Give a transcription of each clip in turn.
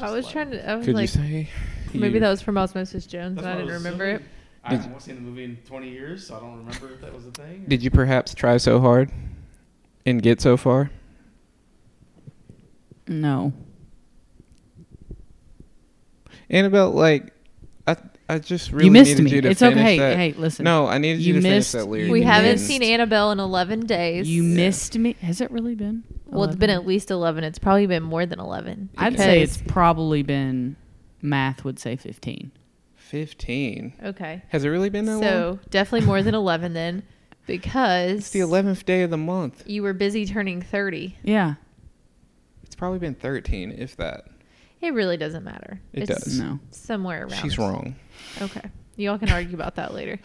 I was trying to. I was Could you like, say? maybe you- that was from Osmosis Jones, That's and I what didn't was remember it. assuming. I Did- haven't seen the movie in 20 years, so I don't remember if that was a thing. Did you perhaps try so hard and get so far? No. Annabelle, like, I I just really you missed needed me. you to It's finish okay. that. Hey, listen. no, I needed you, you to missed- finish that lyric. you We You haven't missed. seen Annabelle in 11 days. You missed me. Has it really been? Well, it's been 11? at least 11. It's probably been more than 11. I'd say because- it's probably been. Math would say fifteen. Fifteen. Okay. Has it really been that long? So definitely more than 11 then because It's the eleventh day of the month. you were busy turning 30. Yeah. It's probably been thirteen, if that. It really doesn't matter. It it's does. No. Somewhere around. She's wrong. Okay. Y'all can argue about that later.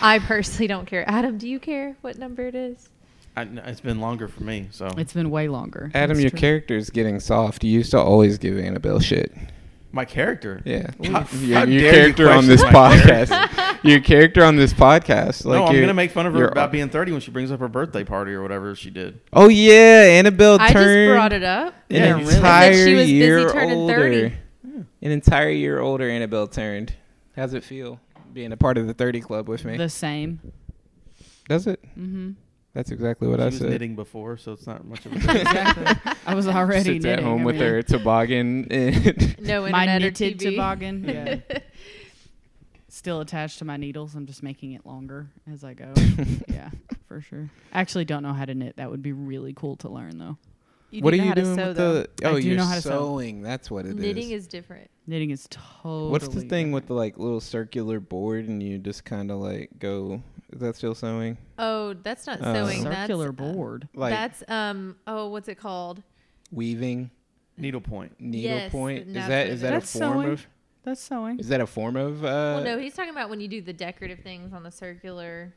I personally don't care. Adam, do you care what number it is? I, no, it's been longer for me, so It's been way longer. Oh. Adam, That's your true. character is getting soft. You used to always give Annabelle shit. my character. Yeah, How- your, how your dare you character on question this my character? podcast. your character on this podcast. Like no, I'm you're- gonna make fun of her you're- about being 30 when she brings up her birthday party or whatever she did. Oh yeah, Annabelle I turned just brought it up. Yeah, an you said entire she was busy year turning older. 30. An entire year older, Annabelle turned. How's it feel being a part of the 30 club with me? The same. Does it? Mm-hmm. That's exactly what she I was said. knitting before, so it's not much of a I was already Sits at knitting. home I with mean, her toboggan. and- No internet My or knitted TV. toboggan. Yeah. Still attached to my needles. I'm just making it longer as I go. yeah, for sure. I actually don't know how to knit. That would be really cool to learn, though. what do are know you how to doing sew, with though. the? Oh, I do you're know how to sew. sewing. That's what it is. Knitting is different. Knitting is totally. What's the thing with different. the like little circular board and you just kind of like go? Is that still sewing? Oh, that's not Uh, sewing. that's, circular uh, board? Like that's um. Oh, what's it called? weaving, needlepoint. needlepoint. that's is that what is it that a is. That's form sewing. of? That's sewing. Is that a form of? Uh, well, no, he's talking about when you do the decorative things on the circular,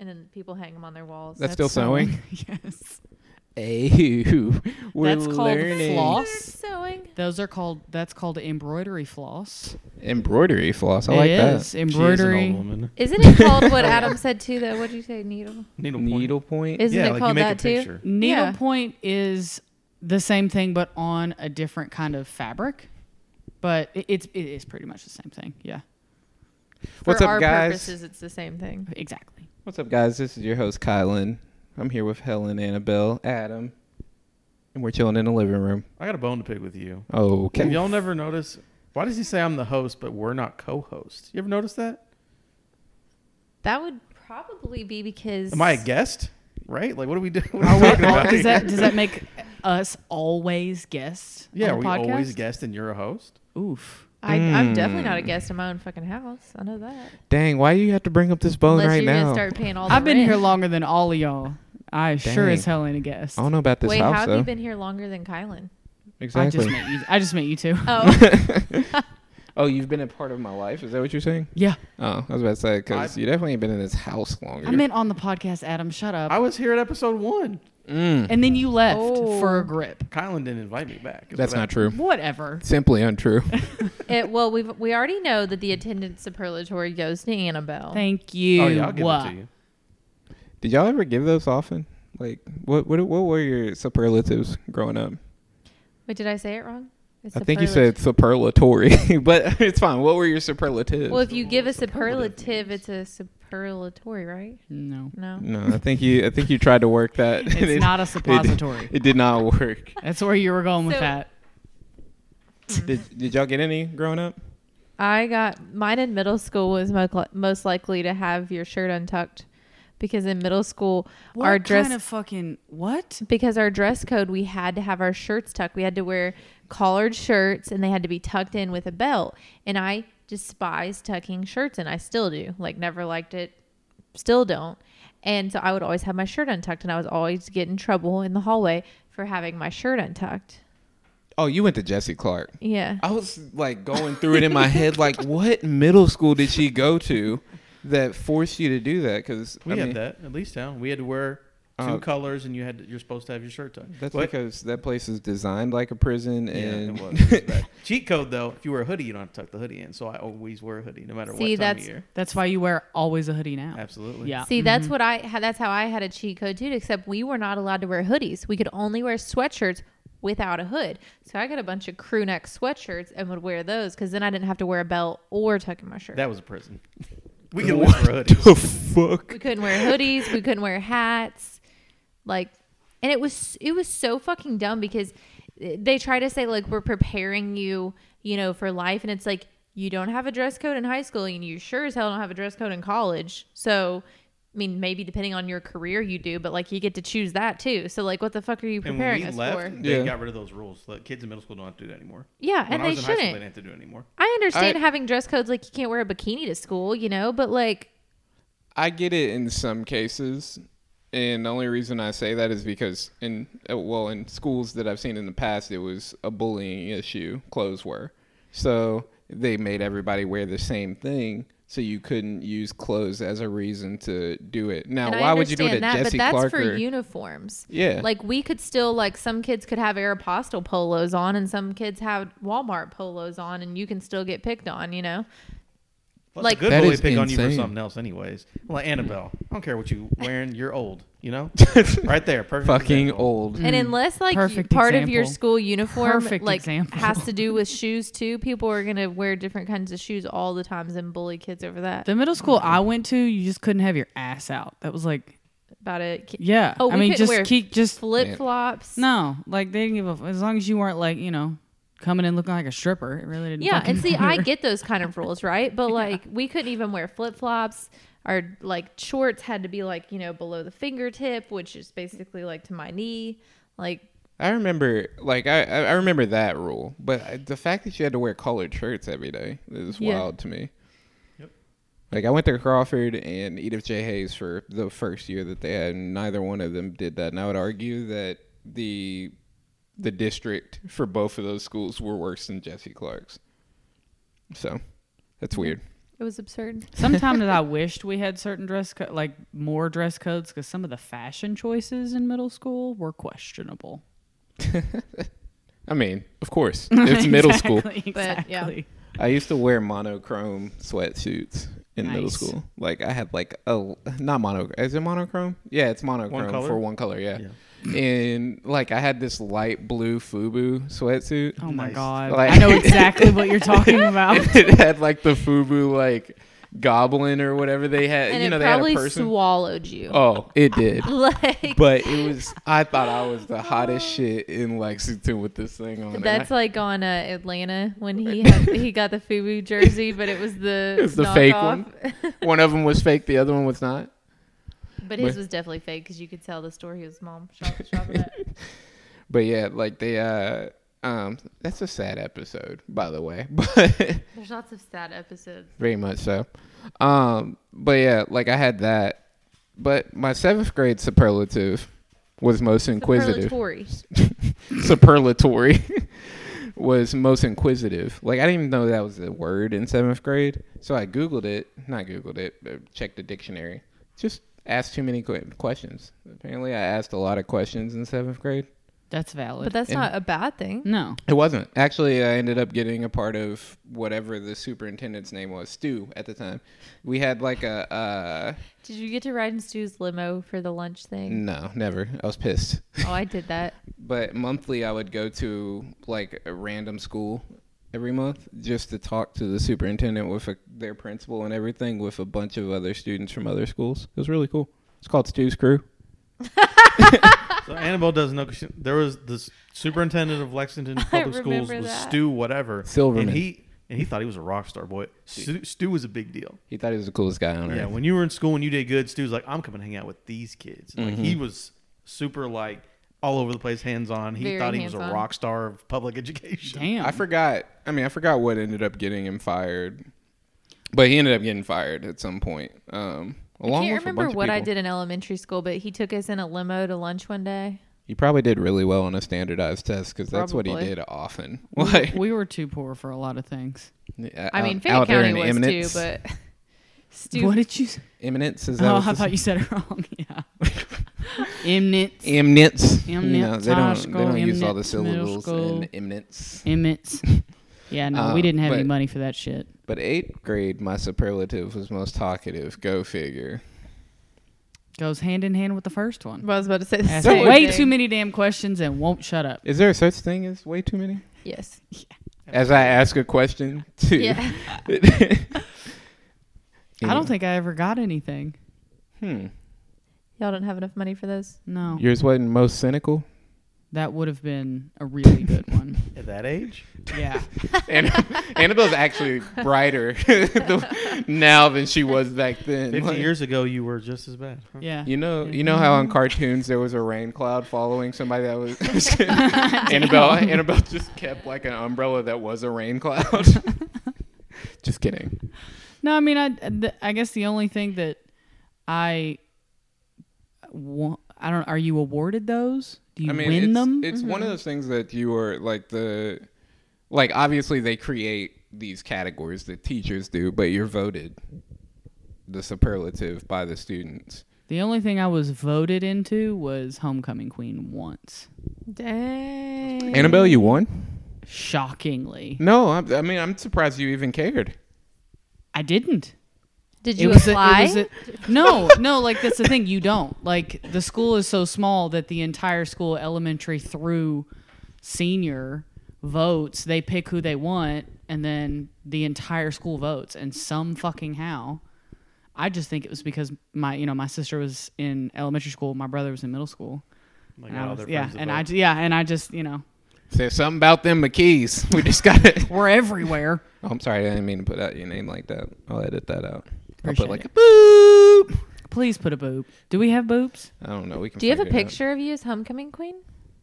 and then people hang them on their walls. That's still sewing? yes. Ew. We're That's called learning floss. That's sewing. Those are called. That's called embroidery floss. embroidery floss. I like it is that. embroidery. woman. Isn't it called what Adam said too? Though, what did you say? Needle. Needlepoint. Needlepoint. Isn't yeah, it like you called make that a too? picture. Yeah. Needlepoint is the same thing, but on a different kind of fabric. But it, it's it is pretty much the same thing. Yeah, What's For up, our guys? purposes, it's the same thing. exactly. What's up, guys? This is your host Kylan. I'm here with Helen, Annabelle, Adam, and we're chilling in the living room. I got a bone to pick with you. Have Okay. y'all never noticed? Why does he say I'm the host, but we're not co-host? You ever notice that? That would probably be because. Am I a guest? Right? Like, what do we do? What are Are we we- talking about does here? that does that make us always guests? Yeah, are on the we podcast? always guest and you're a host? Oof. I, I'm Mm. definitely not a guest in my own fucking house. I know that. Dang, why do you have to bring up this bone Unless right you're now? gonna start paying all. The I've been rent. here longer than all of y'all. I sure as Dang. hell ain't a guest. I don't know about this Wait, house how have though. you been here longer than Kylan? I exactly. just met you. I just met you two. Oh, oh, you've been a part of my life. Is that what you're saying? yeah, Oh, I was about to say because I- you definitely ain't been in this house longer. I meant on the podcast. Adam, shut up. I was here at episode one. Mm, and then you left Oh. for a grip. Kylan didn't invite me back. is that's what not true. Whatever. Simply untrue. it, well, we we already know that the attendance superlatory goes to Annabelle. Thank you. happened. Oh yeah, I'll give Wha- it to you. Did y'all ever give those often? Like, what what what were your superlatives growing up? Wait, did I say it wrong? It's I think you superlative. said superlatory, but it's fine. What were your superlatives? Well, if you give a Superlative superlative, it's a superlatory, right? No. No. no, I think you I think you tried to work that. and It's it- not a it- suppository. It, did not work. That's where you were going with So- that. did did y'all get any growing up? I got mine in middle school was mo- most likely to have your shirt untucked because in middle school our dress fucking what? because our dress code we had to have our shirts tucked we had to wear collared shirts and they had to be tucked in with a belt and i despise tucking shirts and i still do like never liked it still don't and so i would always have my shirt untucked and i was always get in trouble in the hallway for having my shirt untucked Oh, you went to Jesse Clark. yeah I was like going through it in my head, like what middle school did she go to that forced you to do that? Because We I had mean, that at least town. We had to wear two Uh, colors, and you had to, you're supposed to have your shirt tucked. that's What? because that place is designed like a prison, Yeah, and it was. It was bad. Cheat code though, if you wear a hoodie, you don't have to tuck the hoodie in. So I always wear a hoodie, no matter what See, time that's- of year. That's why you wear always a hoodie now. Absolutely. Yeah. See, that's what I. ha- That's how I had a cheat code too. Except we were not allowed to wear hoodies. We could only wear sweatshirts without a hood. So I got a bunch of crew neck sweatshirts and would wear those because then I didn't have to wear a belt or tuck in my shirt. That was a prison. We could live for hoodies. The fuck? we couldn't wear hoodies. We couldn't wear hats. Like, and it was it was so fucking dumb because they try to say like we're preparing you, you know, for life, and it's like you don't have a dress code in high school, and you sure as hell don't have a dress code in college. So. I mean, maybe depending on your career, you do, but like you get to choose that too. So, like, what the fuck are you And when preparing we us left, for? they Yeah. got rid of those rules. The kids in middle school don't have to do that anymore. Yeah, When and I they was in high school, they shouldn't. didn't have to do it anymore. I understand I- having dress codes, like you can't wear a bikini to school, you know, but like, I get it in some cases, and the only reason I say that is because in uh, well in schools that I've seen in the past, it was a bullying issue. Clothes were, so they made everybody wear the same thing, so you couldn't use clothes as a reason to do it. Now, and I why would you do it at understand that, Jesse but that's Clark? for or- uniforms. yeah, Like we could still like some kids could have Aeropostale polos on and some kids have Walmart polos on and you can still get picked on, you know. Plus, Like- a good That bully is pick on you for insane. something else, anyways. Like Annabelle, I don't care what you wearing. You're old. You know, right there, perfect. fucking example. old. And unless like Mm. Perfect part of your example. school uniform Perfect like example. has to do with shoes too, people are going to wear different kinds of shoes all the times and bully kids over that. The middle school I went to, you just couldn't have your ass out. That was like, About it. Ki- yeah. Oh, I we mean, couldn't just wear keep just Flip-flops. no, like they didn't give a f- as long as you weren't like you know coming in looking like a stripper. It really didn't. Yeah, fucking and see, I matter. get those kind of rules, right? But like, we couldn't even wear flip flops. Our like shorts had to be like you know below the fingertip, which is basically like to my knee. Like, I remember, like I, I I remember that rule, but I- the fact that you had to wear colored shirts every day is Yeah. wild to me. Yep. Like I went to Crawford and Edith J. Hayes for the first year that they had, and neither one of them did that. And I would argue that the the district for both of those schools were worse than Jesse Clark's. So that's weird. it was Uh, absurd. Sometimes I wished we had certain dress co- like more dress codes because some of the fashion choices in middle school were questionable. I mean, of course, it's middle school. Exactly, But, yeah. exactly. I used to wear monochrome sweatsuits in middle Nice. school. Like I had like a not monochrome. Is it monochrome? Yeah, it's monochrome color? for one color. Yeah. And like I had this light blue Fubu sweatsuit. Oh my Nice. god! Like- I know exactly what you're talking about. it had like the Fubu like goblin or whatever they had. And you know it they had a probably person. swallowed you. oh, it did. Like, But it was I thought I was the hottest shit in Lexington with this thing on. and I- that's like on uh, Atlanta when he had, he got the FUBU jersey, but it was the It was the fake knockoff. one of them was fake, the other one was not. but his was definitely fake because you could tell the store his mom shop, shopping at. But yeah, like they uh um that's a sad episode, by the way. But There's lots of sad episodes. very much so. Um but yeah, like I had that. But my seventh grade superlative was most inquisitive. Superlatory. Superlatory was most inquisitive. Like I didn't even know that was a word in seventh grade. So I Googled it. Not Googled it, but checked the dictionary. Just asked too many que- questions. Apparently I asked a lot of questions in seventh grade. That's valid. But that's And- not a bad thing. no, It wasn't. Actually, I ended up getting a part of whatever the superintendent's name was, Stu, at the time. We had like a uh Did you get to ride in Stu's limo for the lunch thing? no, never. I was pissed. Oh, I did that. But monthly I would go to like a random school every month just to talk to the superintendent with a, their principal and everything with a bunch of other students from other schools. It was really cool. It's called Stu's Crew. So Annabelle doesn't know. 'cause she- There was this superintendent of Lexington Public Schools remember was that. Stu whatever Silverman. and he and he thought he was a rock star boy. Stu, Stu was a big deal. He thought he was the coolest guy on earth. Yeah, when you were in school and you did good, Stu's like, I'm coming to hang out with these kids. Like he Mm-hmm. was super like all over the place, hands on. He Very thought he was a hands-on. rock star of public education. damn. I forgot. I mean, I forgot what ended up getting him fired, but he ended up getting fired at some point. Um, along I can't with a remember bunch of what I people. did in elementary school, but he took us in a limo to lunch one day. You probably did really well on a standardized test because that's what he Probably. did often. Like, we were too poor for a lot of things. I mean, Fayette out there County in was Eminence, too, but Stu. What did you? Say? Eminence is that? Oh, what I this- thought you said it wrong. Yeah. Emnitz. Eminence. No, Eminence they High don't. School, they don't use all the Eminence Middle syllables School. in eminence. Emmets. Yeah, no, Uh, we didn't have any but- money for that shit. But eighth grade, my superlative was most talkative. Go figure. Goes hand in hand with the first one. I was about to say the Ask same way thing. too many damn questions and won't shut up. Is there such thing as way too many? Yes. As I ask a question too. Yeah. I don't think I ever got anything. Hmm. Y'all don't have enough money for those. No. Yours wasn't most cynical, that would have been a really good one. At that age, Yeah. and Annabelle's actually brighter the- now than she was back then. fifty Like, years ago, you were just as bad. huh? Yeah. You know, you know how on cartoons there was a rain cloud following somebody that was Annabelle. Annabelle just kept like an umbrella that was a rain cloud. just kidding. No, I mean, I, th- I guess the only thing that I, wa- I don't. Are you awarded those? Do you I mean, win it's, them? it's one Mm-hmm. of those things that you are like the, like obviously they create these categories that teachers do, but you're voted the superlative by the students. the only thing I was voted into was homecoming queen once. Dang. Annabelle, you won. Shockingly, No, I, I mean I'm surprised you even cared. I didn't. Did It you was a- it apply? was a- no, no. Like that's the thing. You don't like the school is so small that the entire school, elementary through senior, votes. They pick who they want, and then the entire school votes. And some fucking how. I just think it was because my, you know, my sister was in elementary school, my brother was in middle school. Like, And all I their was- yeah, friends and above. I, ju- yeah, and I just, you know, There's something about them McKees. We just got it. we're everywhere. Oh, I'm sorry, I didn't mean to put out your name like that. I'll edit that out. I'll Appreciate put like it. a boop. Please put a boob. Do we have boobs? I don't know. We can. Do you have a figure it out. picture of you as homecoming queen?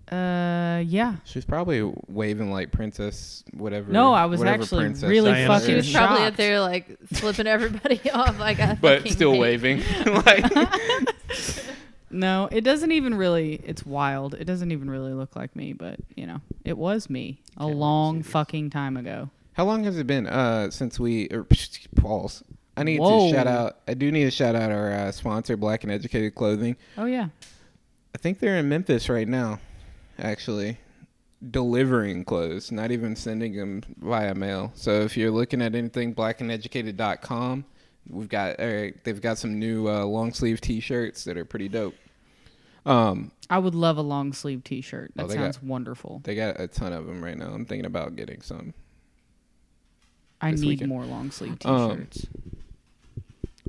Uh, yeah. She's probably waving like princess whatever. No, I was whatever actually princess really she Diana is. fucking. She was probably shocked. up there like flipping everybody off. Like I but fucking still hate- waving. like No, it doesn't even really. It's wild. It doesn't even really look like me, but you know, it was me a long fucking time ago. how long has it been uh since we or, pause? I need Whoa. to shout out. I do need to shout out our uh, sponsor, Black and Educated Clothing. Oh yeah, I think they're in Memphis right now, actually, delivering clothes, not even sending them via mail. So if you're looking at anything, blackandeducated.com. We've got uh, they've got some new uh, long sleeve T-shirts that are pretty dope. Um, I would love a long sleeve T-shirt. Oh, That they got- sounds wonderful. they got a ton of them right now. I'm thinking about getting some. I this need weekend. more long sleeve Um, T-shirts.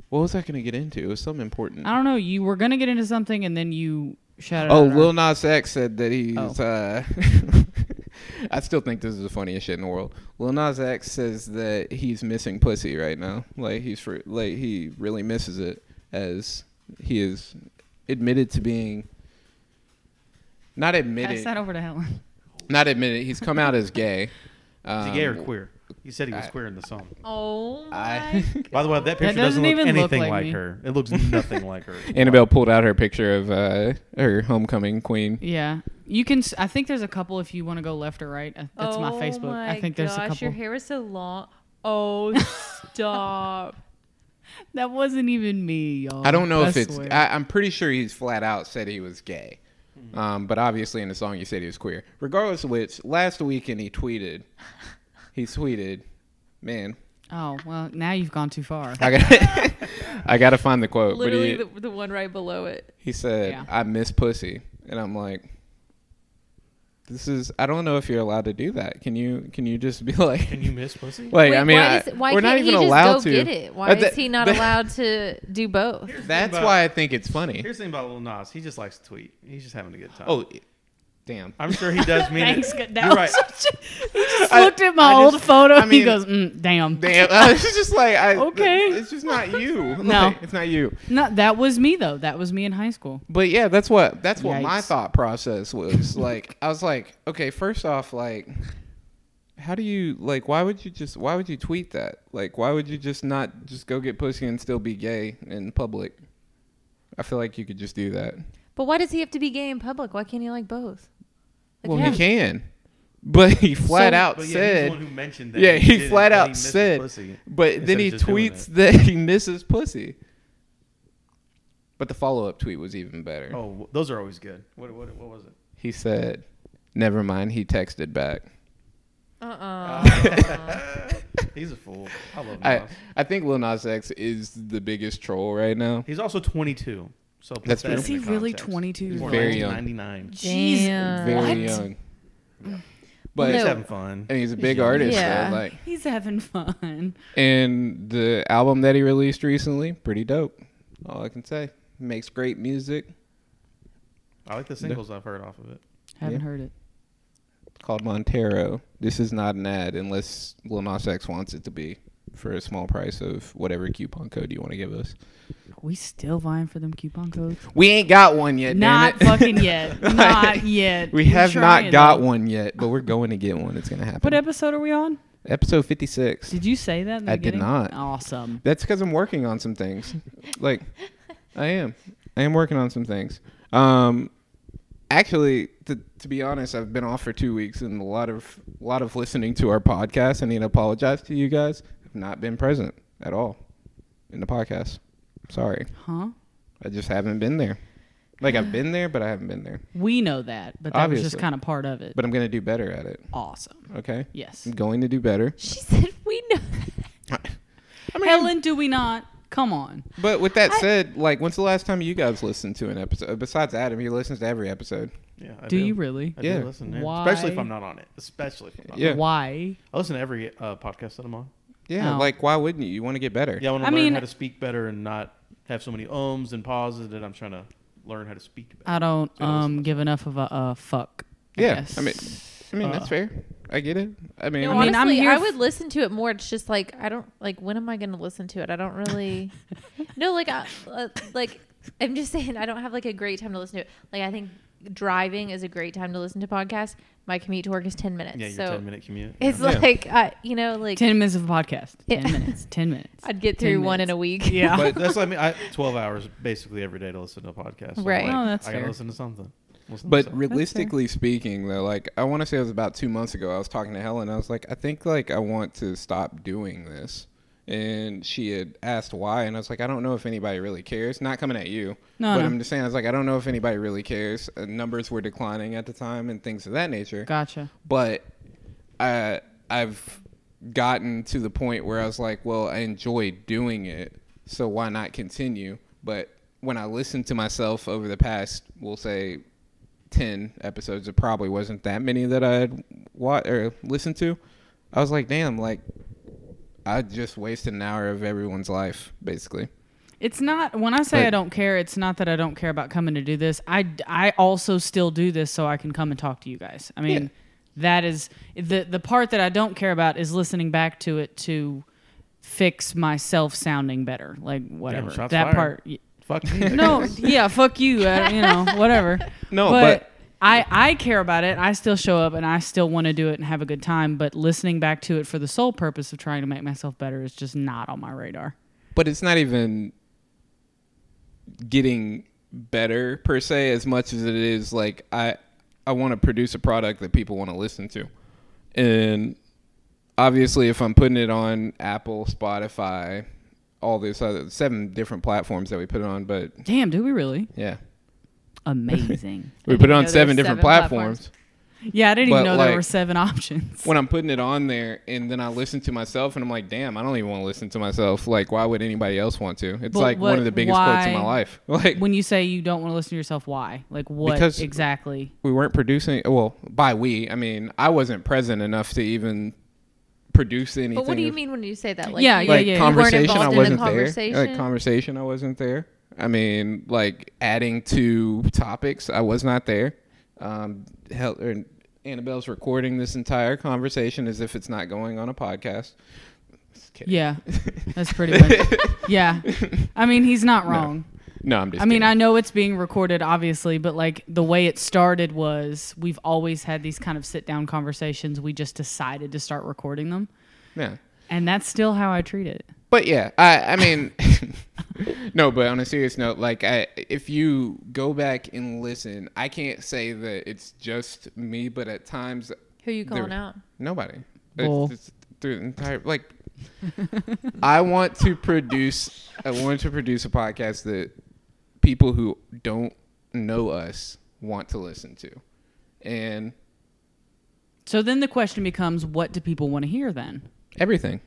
What was I going to get into? It was something important. I don't know. You were gonna get into something, and then you shouted. Oh, out our- Lil Nas X said that he's. Oh. Uh, I still think this is the funniest shit in the world. Lil Nas X says that he's missing pussy right now. Like he's for like he really misses it, as he is admitted to being. Not pass admitted. that over to Helen. Not admitted. He's come out as gay. Is Um, he gay or queer? He said he was I- queer in the song. Oh I, my. By the way, that picture doesn't, doesn't look even look anything like like, me. her. It looks nothing like her. Annabelle pulled out her picture of uh, her homecoming queen. Yeah, you can. s- I think there's a couple if you want to go left or right. I- That's Oh my Facebook. I think there's a oh gosh, Your couple. hair is so long. Oh, stop. That wasn't even me, y'all. Oh, I don't know I if it's. swear. I, I'm pretty sure he's flat out said he was gay, Mm-hmm. um, but obviously in the song he said he was queer. Regardless of which, last weekend he tweeted, he tweeted, man, oh well, now you've gone too far. I got, I got to find the quote. Literally but he, the, the one right below it. he said, Yeah. "I miss pussy," and I'm like, this is. I don't know if you're allowed to do that. Can you? Can you just be like? Can you miss pussy? Like Wait, I mean, why, I- is, why we're can't not he even just allowed go to get it? Why Uh, is that- he not that- allowed to do both? That's But- why I think it's funny. Here's the thing about Lil Nas. He just likes to tweet. He's just having a good time. Oh, damn. I'm sure he does mean Thanks. it. good- You're That right. was such a- he just I- looked at my I old just- photo. I and he mean- goes, mm, "Damn, Damn, I was just like, I, Okay. it's just not you. No. Like, it's not you. No, that was me though. That was me in high school. But yeah, that's what that's what my Yikes. thought process was. like, I was like, okay, first off, like, how do you like? Why would you just? Why would you tweet that? Like, why would you just not just go get pussy and still be gay in public? I feel like you could just do that. But why does he have to be gay in public? Why can't he like both? Like, Well, yeah. he can, but he flat So- out But yeah, he's the said. one who mentioned that. Yeah, he, did it, flat but out he misses said. pussy. But instead then of he just doing tweets it. that he misses pussy. But the follow up tweet was even better. Oh, w- those are always good. What what what was it? He said, "Never mind." He texted back. Uh-uh. He's a fool. I love Nas. I I think Lil Nas X is the biggest troll right now. He's also 22. So I'll put That's that true. in Is he the really context. 22 He's years born old? Very young. 1999. Jeez. Damn. Very uh, What? young. Well, But He's Uh, No. having fun. and he's a big artist. though, Yeah. like He's having fun. and the album that he released recently, pretty dope. All I can say. Makes great music. I like the singles I've heard off of it. Haven't Yeah. heard it. called Montero. This is not an ad unless Lil Nas X wants it to be for a small price of whatever coupon code you want to give us. We still vying for them coupon codes? We ain't got one yet. Not damn it. fucking yet. Not yet. We We're have trying, not got though. one yet, but we're going to get one. It's gonna happen. What episode are we on? Episode fifty six. Did you say that? In the I did beginning? not. Awesome. That's because I'm working on some things. like, I am. I am working on some things. Um, actually, to, to be honest, I've been off for two weeks and a lot of a lot of listening to our podcast. I need to apologize to you guys. I've not been present at all in the podcast. Sorry, Huh? I just haven't been there. Like I've been there, but I haven't been there. We know that, but that was just Obviously. kind of part of it. But I'm gonna do better at it. awesome. Okay, Yes. I'm going to do better. She said we know. Helen, do we not? Come on. But with that said, like, when's the last time you guys listened to an episode? Besides Adam, he listens to every episode. Yeah. I Do you really? I Yeah. do listen. Yeah. Why? Especially if I'm not on it. Especially if I'm not Yeah. Why? I listen to every uh, podcast that I'm on. Yeah, Oh. like why wouldn't you? You want to get better. Yeah, I want to I learn mean- how to speak better and not have so many ums and pauses that I'm trying to learn how to speak better. I don't Yeah, listen. um give enough of a uh, fuck. I Yeah, guess. I mean- I mean, Uh. that's fair. I get it. I mean, No, I mean, I'm honestly, here I f- would listen to it more. It's just like I don't like. When am I going to listen to it? I don't really. no, like, I, uh, like I'm just saying, I don't have like a great time to listen to it. Like, I think driving is a great time to listen to podcasts. My commute to work is ten minutes. Yeah, your so 10 minute commute. it's Yeah. like I, you know, like ten minutes of a podcast. Yeah. Ten minutes. Ten minutes. I'd get through one in a week. Yeah. But that's what I mean. I, 12 hours basically every day to listen to a podcast. So I'm Right. like, No, Oh, that's I got to fair. listen to something. Listen to but something. realistically speaking, though, like I want to say it was about two months ago. I was talking to Helen. I was like, I think like I want to stop doing this, and she had asked why, and I was like, I don't know if anybody really cares. Not coming at you, No, but no. I'm just saying, I was like, I don't know if anybody really cares. Uh, numbers were declining at the time, and things of that nature. Gotcha. but I I've gotten to the point where I was like, well, I enjoy doing it, so why not continue? But when I listened to myself over the past, we'll say, ten episodes, it probably wasn't that many that I had wa or listened to. I was like, damn, like I just wasted an hour of everyone's life, basically. It's not when I say But- I don't care. It's not that I don't care about coming to do this. I I also still do this so I can come and talk to you guys. I mean, Yeah. that is the the part that I don't care about is listening back to it to fix myself sounding better. Like whatever shots that fired. part. y- Fuck me. No, yeah, fuck you. uh, you know, whatever. No, but- I I care about it. I still show up and I still want to do it and have a good time. But listening back to it for the sole purpose of trying to make myself better is just not on my radar. but it's not even getting better per se as much as it is like i i want to produce a product that people want to listen to and obviously if i'm putting it on apple spotify all these other seven different platforms that we put it on but Damn, do we really? yeah Amazing. we didn't put it know on there seven were seven different platforms. platforms Yeah, I didn't even But, know like, there were seven options. when I'm putting it on there and then I listen to myself and I'm like, damn, I don't even want to listen to myself. Like, why would anybody else want to? It's But like one what- of the biggest quotes in why- my life. Like When you say you don't want to listen to yourself, why? Like what Because- exactly? we weren't producing well by we i mean i wasn't present enough to even produce anything But what do you of- mean when you say that? Like, Yeah, you- yeah, like yeah. You weren't conversation involved i in the wasn't there conversation? like conversation i wasn't there i mean like adding to topics i was not there um hell or annabelle's recording this entire conversation as if it's not going on a podcast Just kidding. Yeah. That's pretty much. yeah. I mean, he's not wrong. no i'm just I mean, kidding. I know it's being recorded, obviously, but like the way it started was we've always had these kind of sit down conversations. We just decided to start recording them. yeah And that's still how I treat it. But yeah, I I mean, no. But on a serious note, like I, if you go back and listen, I can't say that it's just me, but at times Who you calling There- out? nobody. Bull. It's, it's through the entire like. I want to produce. I want to produce a podcast that people who don't know us want to listen to, and So then the question becomes what do people want to hear then? everything.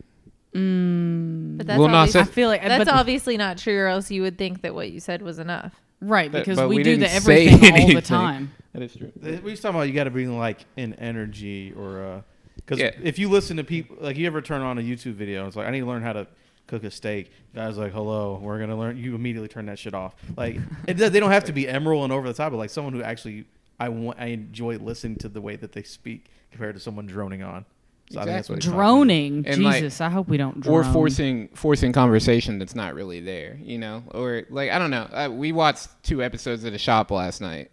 But that's Lil Nas obviously, I feel like that's but, obviously not true, or else you would think that what you said was enough. Right, because but we, we do the didn't say everything all anything. the time. That is true. We was talking about you got to bring like an energy or because Yeah. if you listen to people like you ever turn on a YouTube video, it's like I need to learn how to cook a steak. Guys like, hello, we're gonna learn. You immediately turn that shit off. Like it, does- they don't have to be emerald and over the top, but like someone who actually I want I enjoy listening to the way that they speak compared to someone droning on. So I think that's what Exactly. he's talking Droning, And, like- Jesus, I hope we don't drone. or forcing forcing conversation that's not really there, you know, or like I don't know. I, we watched two episodes of The Shop last night,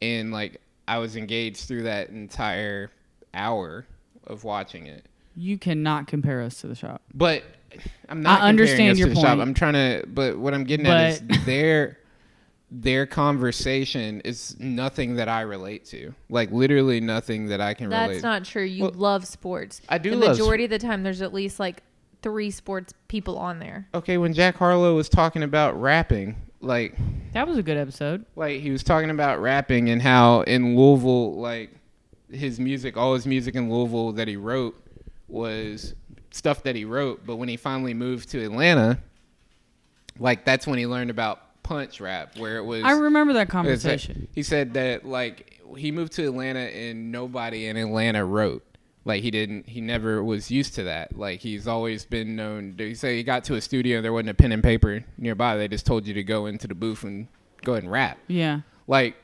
and like I was engaged through that entire hour of watching it. You cannot compare us to the shop. But I'm not. I comparing understand us your to The Shop. point. I'm trying to. But what I'm getting at But- is their their conversation is nothing that I relate to. Like literally nothing that I can That's relate. not true. You Well, love sports. I do The love majority of the time, there's at least like three sports people on there. okay, when Jack Harlow was talking about rapping, like That was a good episode. like he was talking about rapping and how in Louisville, like his music, all his music in Louisville that he wrote was stuff that he wrote. But when he finally moved to Atlanta, like that's when he learned about punch rap, where it was. I remember that it was that- conversation. he said that like he moved to Atlanta and nobody in Atlanta wrote. Like he didn't, he never was used to that. Like he's always been known. He said he got to a studio, there wasn't a pen and paper nearby. They just told you to go into the booth and go ahead and rap. Yeah. Like,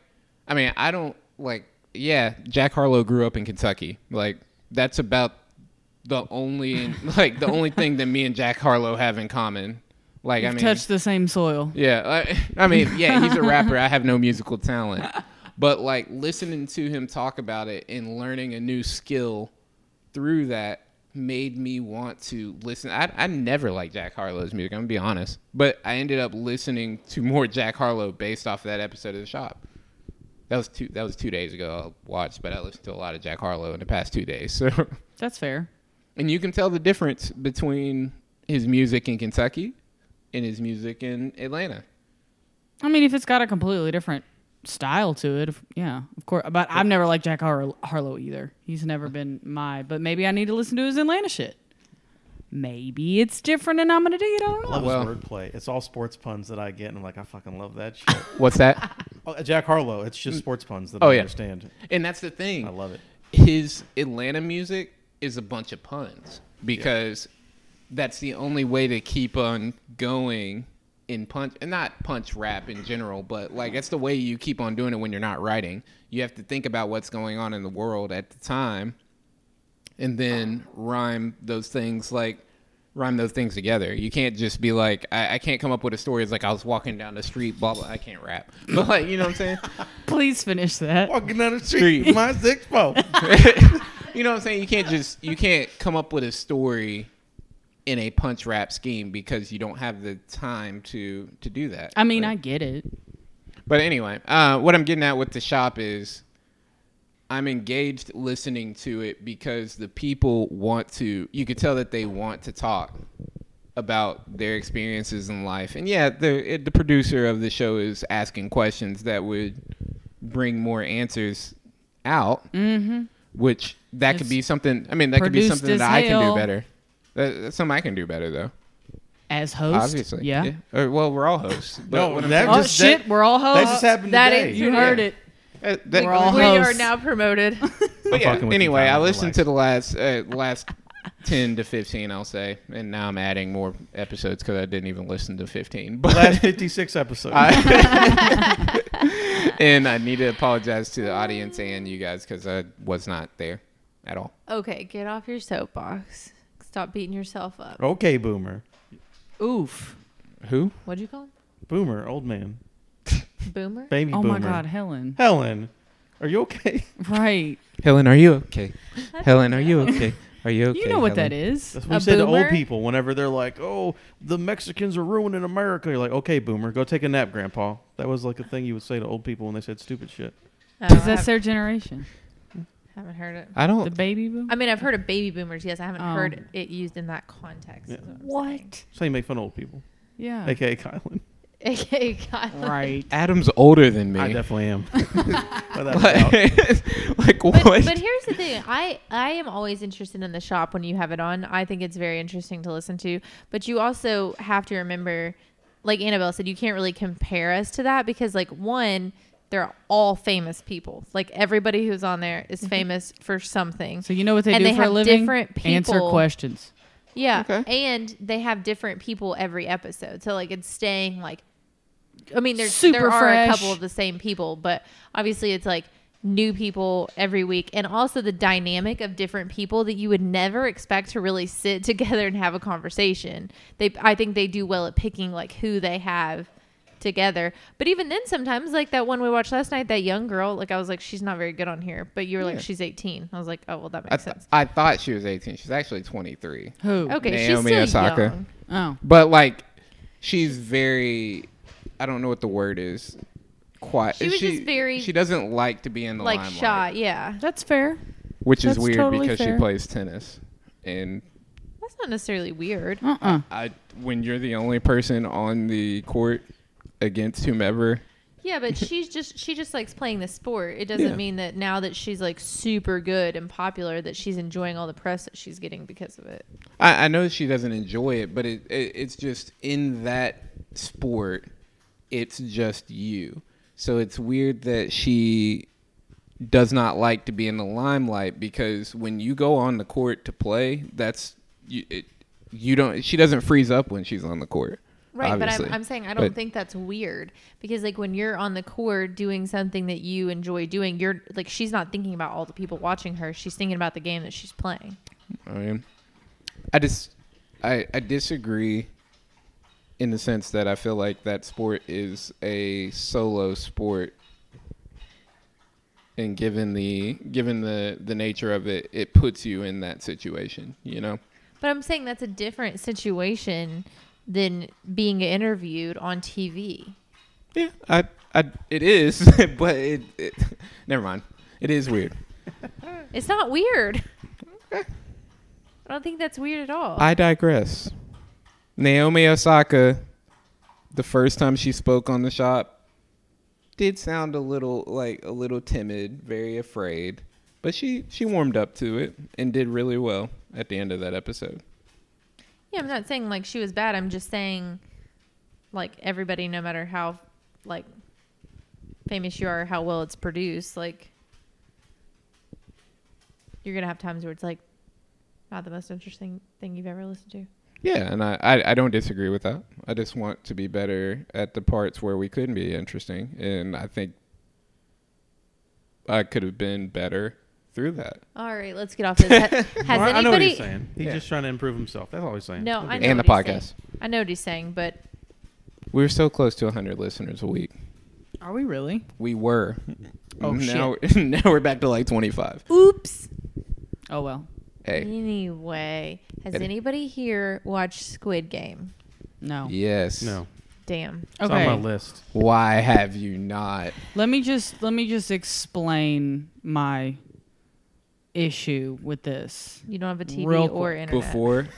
I mean, I don't like. Yeah, Jack Harlow grew up in Kentucky. Like, that's about the only like the only thing that me and Jack Harlow have in common. Like, I You've mean, touched the same soil. yeah, I, I mean, yeah, he's a rapper. I have no musical talent, but like listening to him talk about it and learning a new skill through that made me want to listen. I, I never liked Jack Harlow's music. I'm gonna be honest, but I ended up listening to more Jack Harlow based off that episode of The Shop. That was two. That was two days ago. I watched, but I listened to a lot of Jack Harlow in the past two days. So That's fair. and you can tell the difference between his music in Kentucky and his music in Atlanta. I mean, if it's got a completely different style to it, if, yeah, of course. But I've never liked Jack Har- Harlow either. He's never been my. But maybe I need to listen to his Atlanta shit. Maybe it's different, and I'm gonna dig it. I don't about. know. I love Well- his wordplay. It's all sports puns that I get, and I'm like, I fucking love that shit. What's that? oh, Jack Harlow. It's just sports puns that Oh, I yeah. understand. and that's the thing. I love it. His Atlanta music is a bunch of puns because that's the only way to keep on going in punch and not punch rap in general, but like that's the way you keep on doing it when you're not writing. You have to think about what's going on in the world at the time and then rhyme those things like rhyme those things together. You can't just be like, I, I can't come up with a story. It's like I was walking down the street, blah blah. I can't rap, but like you know what I'm saying. Please finish that. Walking down the street, my six po. you know what I'm saying? You can't just you can't come up with a story in a punch rap scheme because you don't have the time to to do that. I mean, I get it. But anyway, uh, what I'm getting at with the shop is I'm engaged listening to it because the people want to, you could tell that they want to talk about their experiences in life. And yeah, the, it, the producer of the show is asking questions that would bring more answers out, mm-hmm. which that could It's be something, I mean, that could be produced something as that I can do hell. better. That, that's something I can do better though. As host, Obviously. yeah. Or, well, we're all hosts. But No, what I'm that saying- Oh Just shit, that- we're all hosts. That just happened That today. is- You heard it. uh, that- We're all we are hosts. now promoted. But yeah, fucking with you, anyway, Tyler. I Relax. listened to the last uh, last ten to fifteen, I'll say, and now I'm adding more episodes because I didn't even listen to fifteen. But Last 56 episodes. and I need to apologize to the audience and you guys because I was not there at all. okay, get off your soapbox. Stop beating yourself up. okay, boomer. Oof. Who? What'd you call him? Boomer, old man. Boomer? Baby Oh boomer. my God, Helen. Helen, are you okay? Right. Helen, are you okay? Helen, are you okay? Are you okay? you know what that is. That's what A we say to old boomer? people whenever they're like, oh, the Mexicans are ruining America. You're like, okay, boomer, go take a nap, grandpa. That was like a thing you would say to old people when they said stupid shit. Oh, Because I that's their generation. haven't heard it. I The don't. baby boom. I mean, I've heard of baby boomers. Yes, I haven't Oh. heard it used in that context. is Yeah. what? I'm saying. So you make fun of old people, Oh. Yeah. aka Kylan. AKA Kyle. Right. Adam's older than me. I definitely am. Without a doubt. like, like But, what? but here's the thing. I, I am always interested in the shop when you have it on. I think it's very interesting to listen to. But you also have to remember like Annabelle said, you can't really compare us to that because, like, one, they're all famous people. Like everybody who's on there is famous for something. So you know what they And do they for a have living? different Answer people. questions. Yeah. Okay. And they have different people every episode. So like it's staying like I mean there's Super there are a fresh. couple of the same people, but obviously it's like new people every week and also the dynamic of different people that you would never expect to really sit together and have a conversation. They I think they do well at picking like who they have together. But even then sometimes like that one we watched last night, that young girl, like I was like, she's not very good on here. But you were Yeah. like, she's eighteen. I was like, Oh well that I, makes th- sense. I thought she was 18. She's actually 23. Who? Okay, Naomi she's still Osaka. young. Oh. But like, she's very. I don't know what the word is. Quiet. She was just very, She doesn't like to be in the like limelight, shot. Yeah, That's fair. which is That's weird totally because fair. she plays tennis, and that's not necessarily weird. Uh uh I when you're the only person on the court against whomever. Yeah, but she's just she just likes playing the sport. It doesn't Yeah. mean that now that she's like super good and popular that she's enjoying all the press that she's getting because of it. I, I know she doesn't enjoy it, but it, it it's just in that sport, it's just you. So it's weird that she does not like to be in the limelight because when you go on the court to play, that's you. It, you don't. She doesn't freeze up when she's on the court. Right, obviously. but I'm, I'm saying I don't But- think that's weird because like when you're on the court doing something that you enjoy doing, you're like she's not thinking about all the people watching her. She's thinking about the game that she's playing. I mean, I just I I disagree in the sense that I feel like that sport is a solo sport, and given the given the the nature of it, it puts you in that situation. You know, But I'm saying that's a different situation than being interviewed on TV. yeah, I I it is, but it, it never mind. It is weird. It's not weird. I don't think that's weird at all. I digress. Naomi Osaka, the first time she spoke on the shop, did sound a little like a little timid, very afraid, but she she warmed up to it and did really well at the end of that episode. yeah, I'm not saying like she was bad. I'm just saying like everybody, no matter how like famous you are, how well it's produced, like you're gonna have times where it's like not the most interesting thing you've ever listened to. Yeah, and I, I I don't disagree with that. I just want to be better at the parts where we couldn't be interesting, and I think I could have been better through that. All right, let's get off this. Ha- Has Well, I- I know what he's anybody? saying. He's Yeah. just trying to improve himself. That's all he's saying. No, He'll I do know. And what the he's saying. podcast. I know what he's saying, but We were so close to 100 listeners a week. Are we really? We were. Oh, now, now we're back to like 25. oops. Oh well. Hey. Anyway, has Eddie. anybody here watched Squid Game? No. Yes. No, Damn. it's on Okay. my list. Why have you not? Let me just let me just explain my issue with this. You don't have a TV Real or quick. internet. Before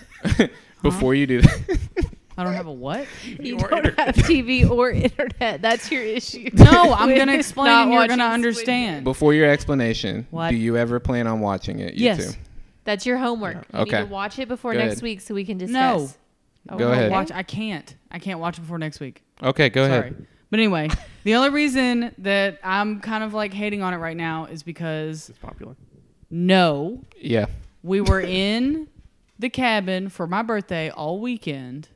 before you do that. I don't have a what? you don't have TV or internet. That's your issue. No, I'm With gonna explain not and you're watching gonna Squid understand. Before your explanation, What? do you ever plan on watching it? You Yes. two? Game. That's your homework. You Okay. need to watch it before Go next ahead. week so we can No. discuss. No. Go ahead. Watch I can't. I can't watch it before next week. Okay, go Sorry. ahead. But anyway, the only reason that I'm kind of like hating on it right now is because It's popular. no, Yeah. we were in the cabin for my birthday all weekend.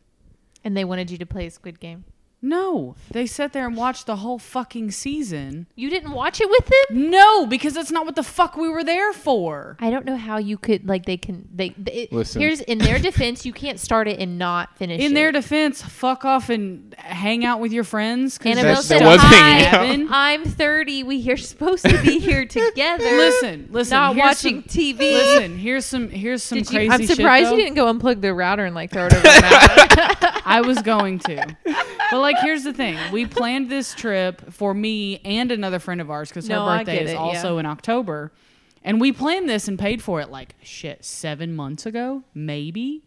And they wanted you to play Squid Game. No, they sat there and watched the whole fucking season. You didn't watch it with them? No, because that's not what the fuck we were there for. I don't know how you could like they can they. they it, Listen. Here's in their defense, you can't start it and not finish. In it. their defense, fuck off and hang out with your friends. 'cause Annabelle That's- said, that was "Hi, hanging out. Cabin. I'm 30. We are supposed to be here together. Listen, listen. not here's watching some- TV. Listen, here's some here's some Did you- crazy. I'm shit, surprised though. you didn't go unplug the router and like throw it over the mountain. I was going to. But like here's the thing. We planned this trip for me and another friend of ours cuz No, her I birthday get is it, also yeah. in October. And we planned this and paid for it like shit 7 months ago, maybe.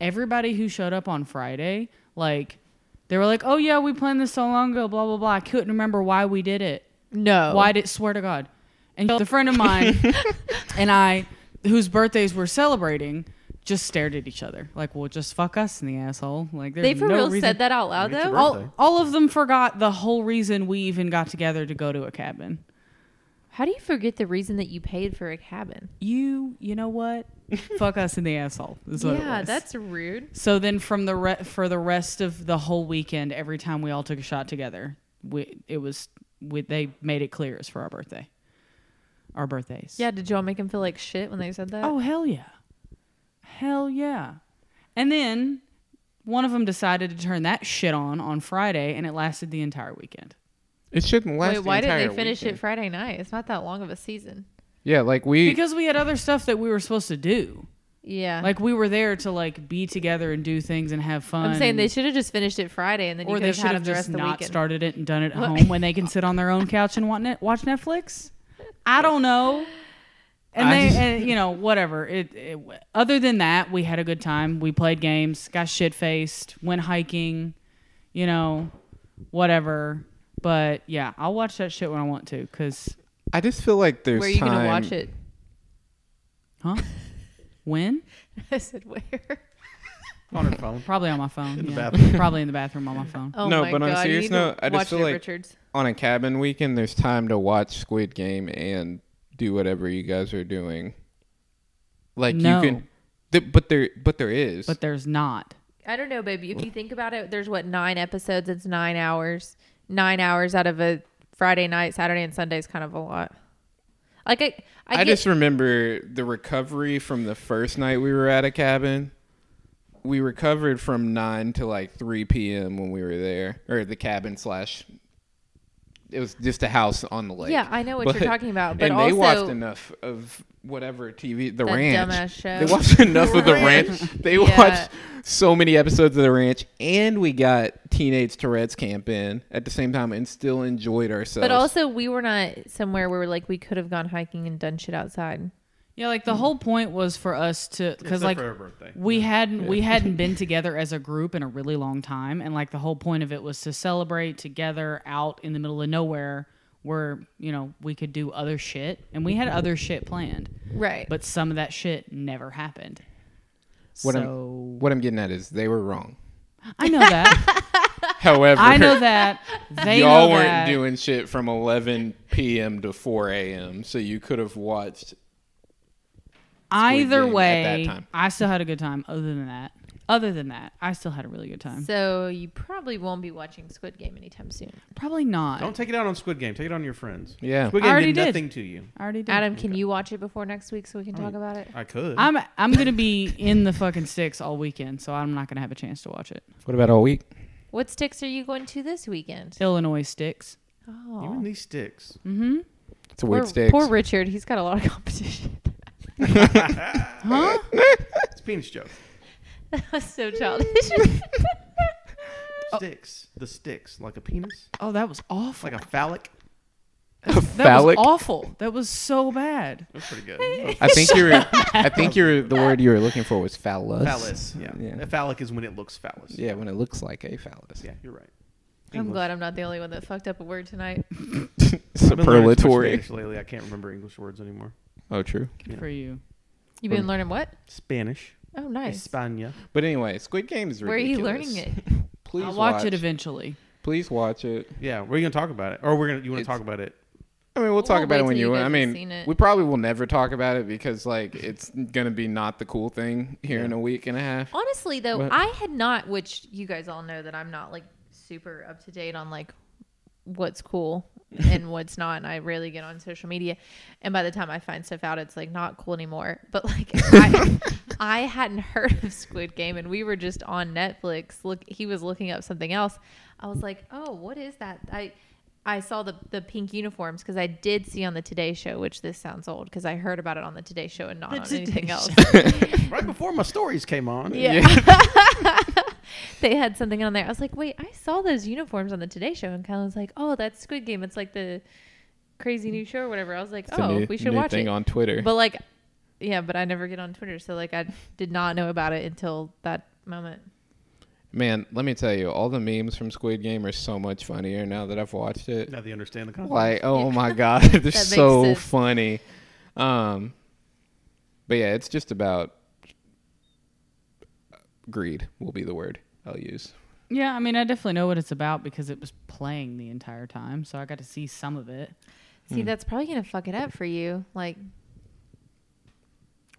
Everybody who showed up on Friday, like they were like, "Oh yeah, we planned this so long ago, blah blah blah." I couldn't remember why we did it. No. Why did swear to God? And the friend of mine and I, whose birthdays we're celebrating, just stared at each other. Like, well, just fuck us in the asshole. Like, there's They for no real reason- said that out loud It's a though. bird. All, all of them forgot the whole reason we even got together to go to a cabin. How do you forget the reason that you paid for a cabin? You, you know what? fuck us in the asshole. Is what it Yeah, was. that's rude. So then, from the re- for the rest of the whole weekend, every time we all took a shot together, we, it was we, they made it clear it's for our birthday, our birthdays. Yeah, did y'all make him feel like shit when they said that? Oh hell yeah, hell yeah. And then one of them decided to turn that shit on on Friday, and it lasted the entire weekend. It shouldn't last. wait, the why didn't entire they finish weekend. it Friday night? It's not that long of a season. yeah, like we. Because we had other stuff that we were supposed to do. Yeah, Like we were there to like be together and do things and have fun. I'm saying, they and- should have just finished it Friday and then you um, or could they have should had have him the just rest of the not weekend. started it and done it at What- home when they can sit on their own couch and watch, net, watch Netflix. I don't know. And I they, just- and, you know, whatever. It, it. Other than that, we had a good time. We played games, got shit faced, went hiking, you know, whatever. But yeah, I'll watch that shit when I want to. Cause I just feel like there's where are you time. gonna watch it? huh? when? I said where? on her phone. Probably on my phone. the yeah. bathroom. Probably in the bathroom on my phone. Oh No, my but on God, a you serious need to note, I just watch feel it, like- Richards. on a cabin weekend. There's time to watch Squid Game and do whatever you guys are doing. Like No. you can, th- but there, but there is. But there's not. I don't know, baby. If you think about it, there's what nine episodes. It's nine hours. Nine hours out of a Friday night, Saturday, and Sunday is kind of a lot. Like I, I, I, get, just remember the recovery from the first night we were at a cabin. We recovered from nine to like three p.m. when we were there, or the cabin slash. It was just a house on the lake. Yeah, I know what you're talking about, but and they watched also- enough of whatever TV, the That ranch. dumbass show. They watched enough of the ranch. They Yeah. watched so many episodes of the ranch, and we got teenage Tourette's camp in at the same time, and still enjoyed ourselves. but also we were not somewhere where like we could have gone hiking and done shit outside. Yeah, like the whole point was for us to because Hmm. Except like for her birthday. we hadn't we hadn't been together as a group in a really long time, and like the whole point of it was to celebrate together out in the middle of nowhere where you know we could do other shit, and we had Mm-hmm. other shit planned, Right. but some of that shit never happened. What I'm- so what I'm getting at is they were wrong. I know that However, I know that they y'all know weren't that. doing shit from 11 p.m. to 4 a.m. So you could have watched. Either Game at way, that time. I still had a good time. Other than that, other than that, I still had a really good time. so you probably won't be watching Squid Game anytime soon. Probably not. Don't take it out on Squid Game. Take it on your friends. Yeah. Squid I Game already did, did. nothing to you. I already did. Adam, can you watch it before next week so we can Oh, talk about it? I could. I'm I'm gonna be in the fucking sticks all weekend, so I'm not gonna have a chance to watch it. What about all week? What sticks are you going to this weekend? Illinois sticks. you Oh, and these sticks. It's a poor, weird stakes. poor Richard. He's got a lot of competition. Huh? It's a penis joke. that was so childish. Sticks. The sticks. Like a penis. Oh, that was awful. Like a phallic. that phallic. was awful. That was so bad. That's pretty good. Oh, I think you were. I think you were. The word you were looking for was phallus. Phallus. Yeah. Yeah. A phallic is when it looks phallus. Yeah, when it looks like a phallus. Yeah, you're right. I'm glad I'm not the only one that fucked up a word tonight. I've been learning too much Superlatory. Spanish lately. I can't remember English words anymore. Oh, true. Good Yeah. for you. You've been learning what? Spanish. Oh, nice. España. But anyway, Squid Game is Where are ridiculous. you learning it? Please I'll watch, it eventually. Please watch it. Yeah, we're gonna talk about it, or we're gonna. You want to It's- talk about it? I mean, we'll talk We'll about wait it when till you. you I guys have mean, seen it. we probably will never talk about it because like it's gonna be not the cool thing here in a week and a half. Honestly, though, What? I had not, which you guys all know that I'm not like super up to date on like what's cool and what's not. And I rarely get on social media. And by the time I find stuff out, it's like not cool anymore. But like, I, I hadn't heard of Squid Game and we were just on Netflix. Look, he was looking up something else. I was like, oh, what is that? I. I saw the, the pink uniforms because I did see on the Today Show, which this sounds old because I heard about it on the Today Show and not The on Today anything Show. else. Right before my stories came on. Yeah. they had something on there. I was like, wait, I saw those uniforms on the Today Show, and Kylan was like, oh, that's Squid Game. It's like the crazy new show or whatever. I was like, It's a oh, new- we should new watch thing it. on Twitter. But like, yeah, but I never get on Twitter, so like, I did not know about it until that moment. Man, let me tell you, all the memes from Squid Game are so much funnier now that I've watched it. Now that you understand the concept. Like, oh my god, they're makes so sense. funny. Um, but yeah, it's just about Greed will be the word I'll use. Yeah, I mean, I definitely know what it's about because it was playing the entire time, so I got to see some of it. Hmm. See, that's probably gonna fuck it up for you. Like,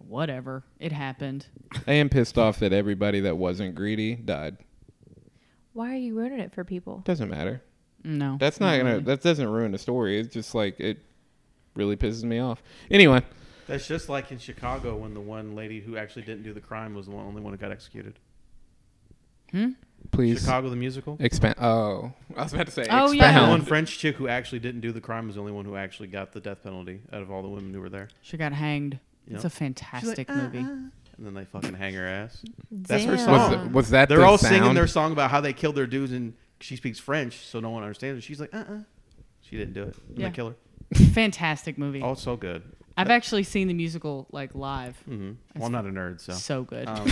Whatever, it happened. I am pissed off that everybody that wasn't greedy died. why are you ruining it for people? Doesn't matter. No, That's not gonna. Mm-hmm. really. That doesn't ruin the story. It's just like it really pisses me off. Anyway, That's just like in Chicago when the one lady who actually didn't do the crime was the only one who got executed. please Chicago the musical. expand. Oh, I was about to say. Oh, expound. yeah. The one French chick who actually didn't do the crime was the only one who actually got the death penalty out of all the women who were there. she got hanged. Yep. It's a fantastic movie. uh." And then they fucking hang her ass. That's her Damn. song. Was, was that They're the all sound? singing their song about how they killed their dudes, and she speaks French, so no one understands her. She's like, uh uh She didn't do it. And Yeah. They kill her. fantastic movie. Oh, so good. I've actually seen the musical like live. hmm Well, I'm not a nerd, so. So good. Um,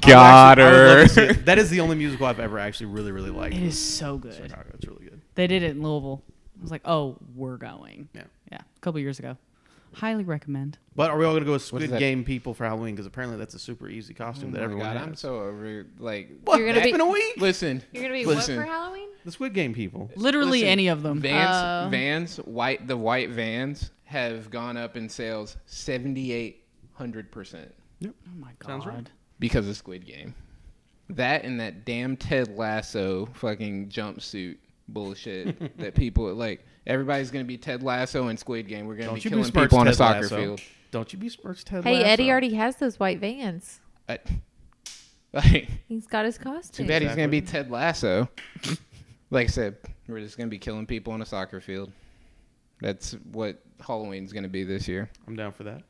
Got I would her. love to see it. That is the only musical I've ever actually really, really liked. it is so good. Chicago. It's really good. They did it in Louisville. I was like, oh, we're going. Yeah. Yeah, a couple years ago. Highly recommend. But are we all going to go with What is Squid that? Game people for Halloween? Because apparently that's a super easy costume that Oh my everyone God, has. I'm so over. Like, what? You're You're gonna going be- in a week? listen. You're gonna be Listen. what for Halloween? The Squid Game people. Literally Listen, any of them. Vans, Oh. Vans, white. The white Vans have gone up in sales seventy eight hundred percent oh my god. Sounds right. because of Squid Game. That and that damn Ted Lasso fucking jumpsuit bullshit that people like. Everybody's gonna be Ted Lasso and Squid Game. We're gonna Don't be you killing besmirch people on a Ted soccer Lasso. field. Don't you besmirch Ted Hey, Lasso. Eddie already has those white vans. I- like, He's got his too costume. bad he's gonna be Exactly. Ted Lasso. like I said, we're just gonna be killing people on a soccer field. That's what Halloween's gonna be this year. I'm down for that.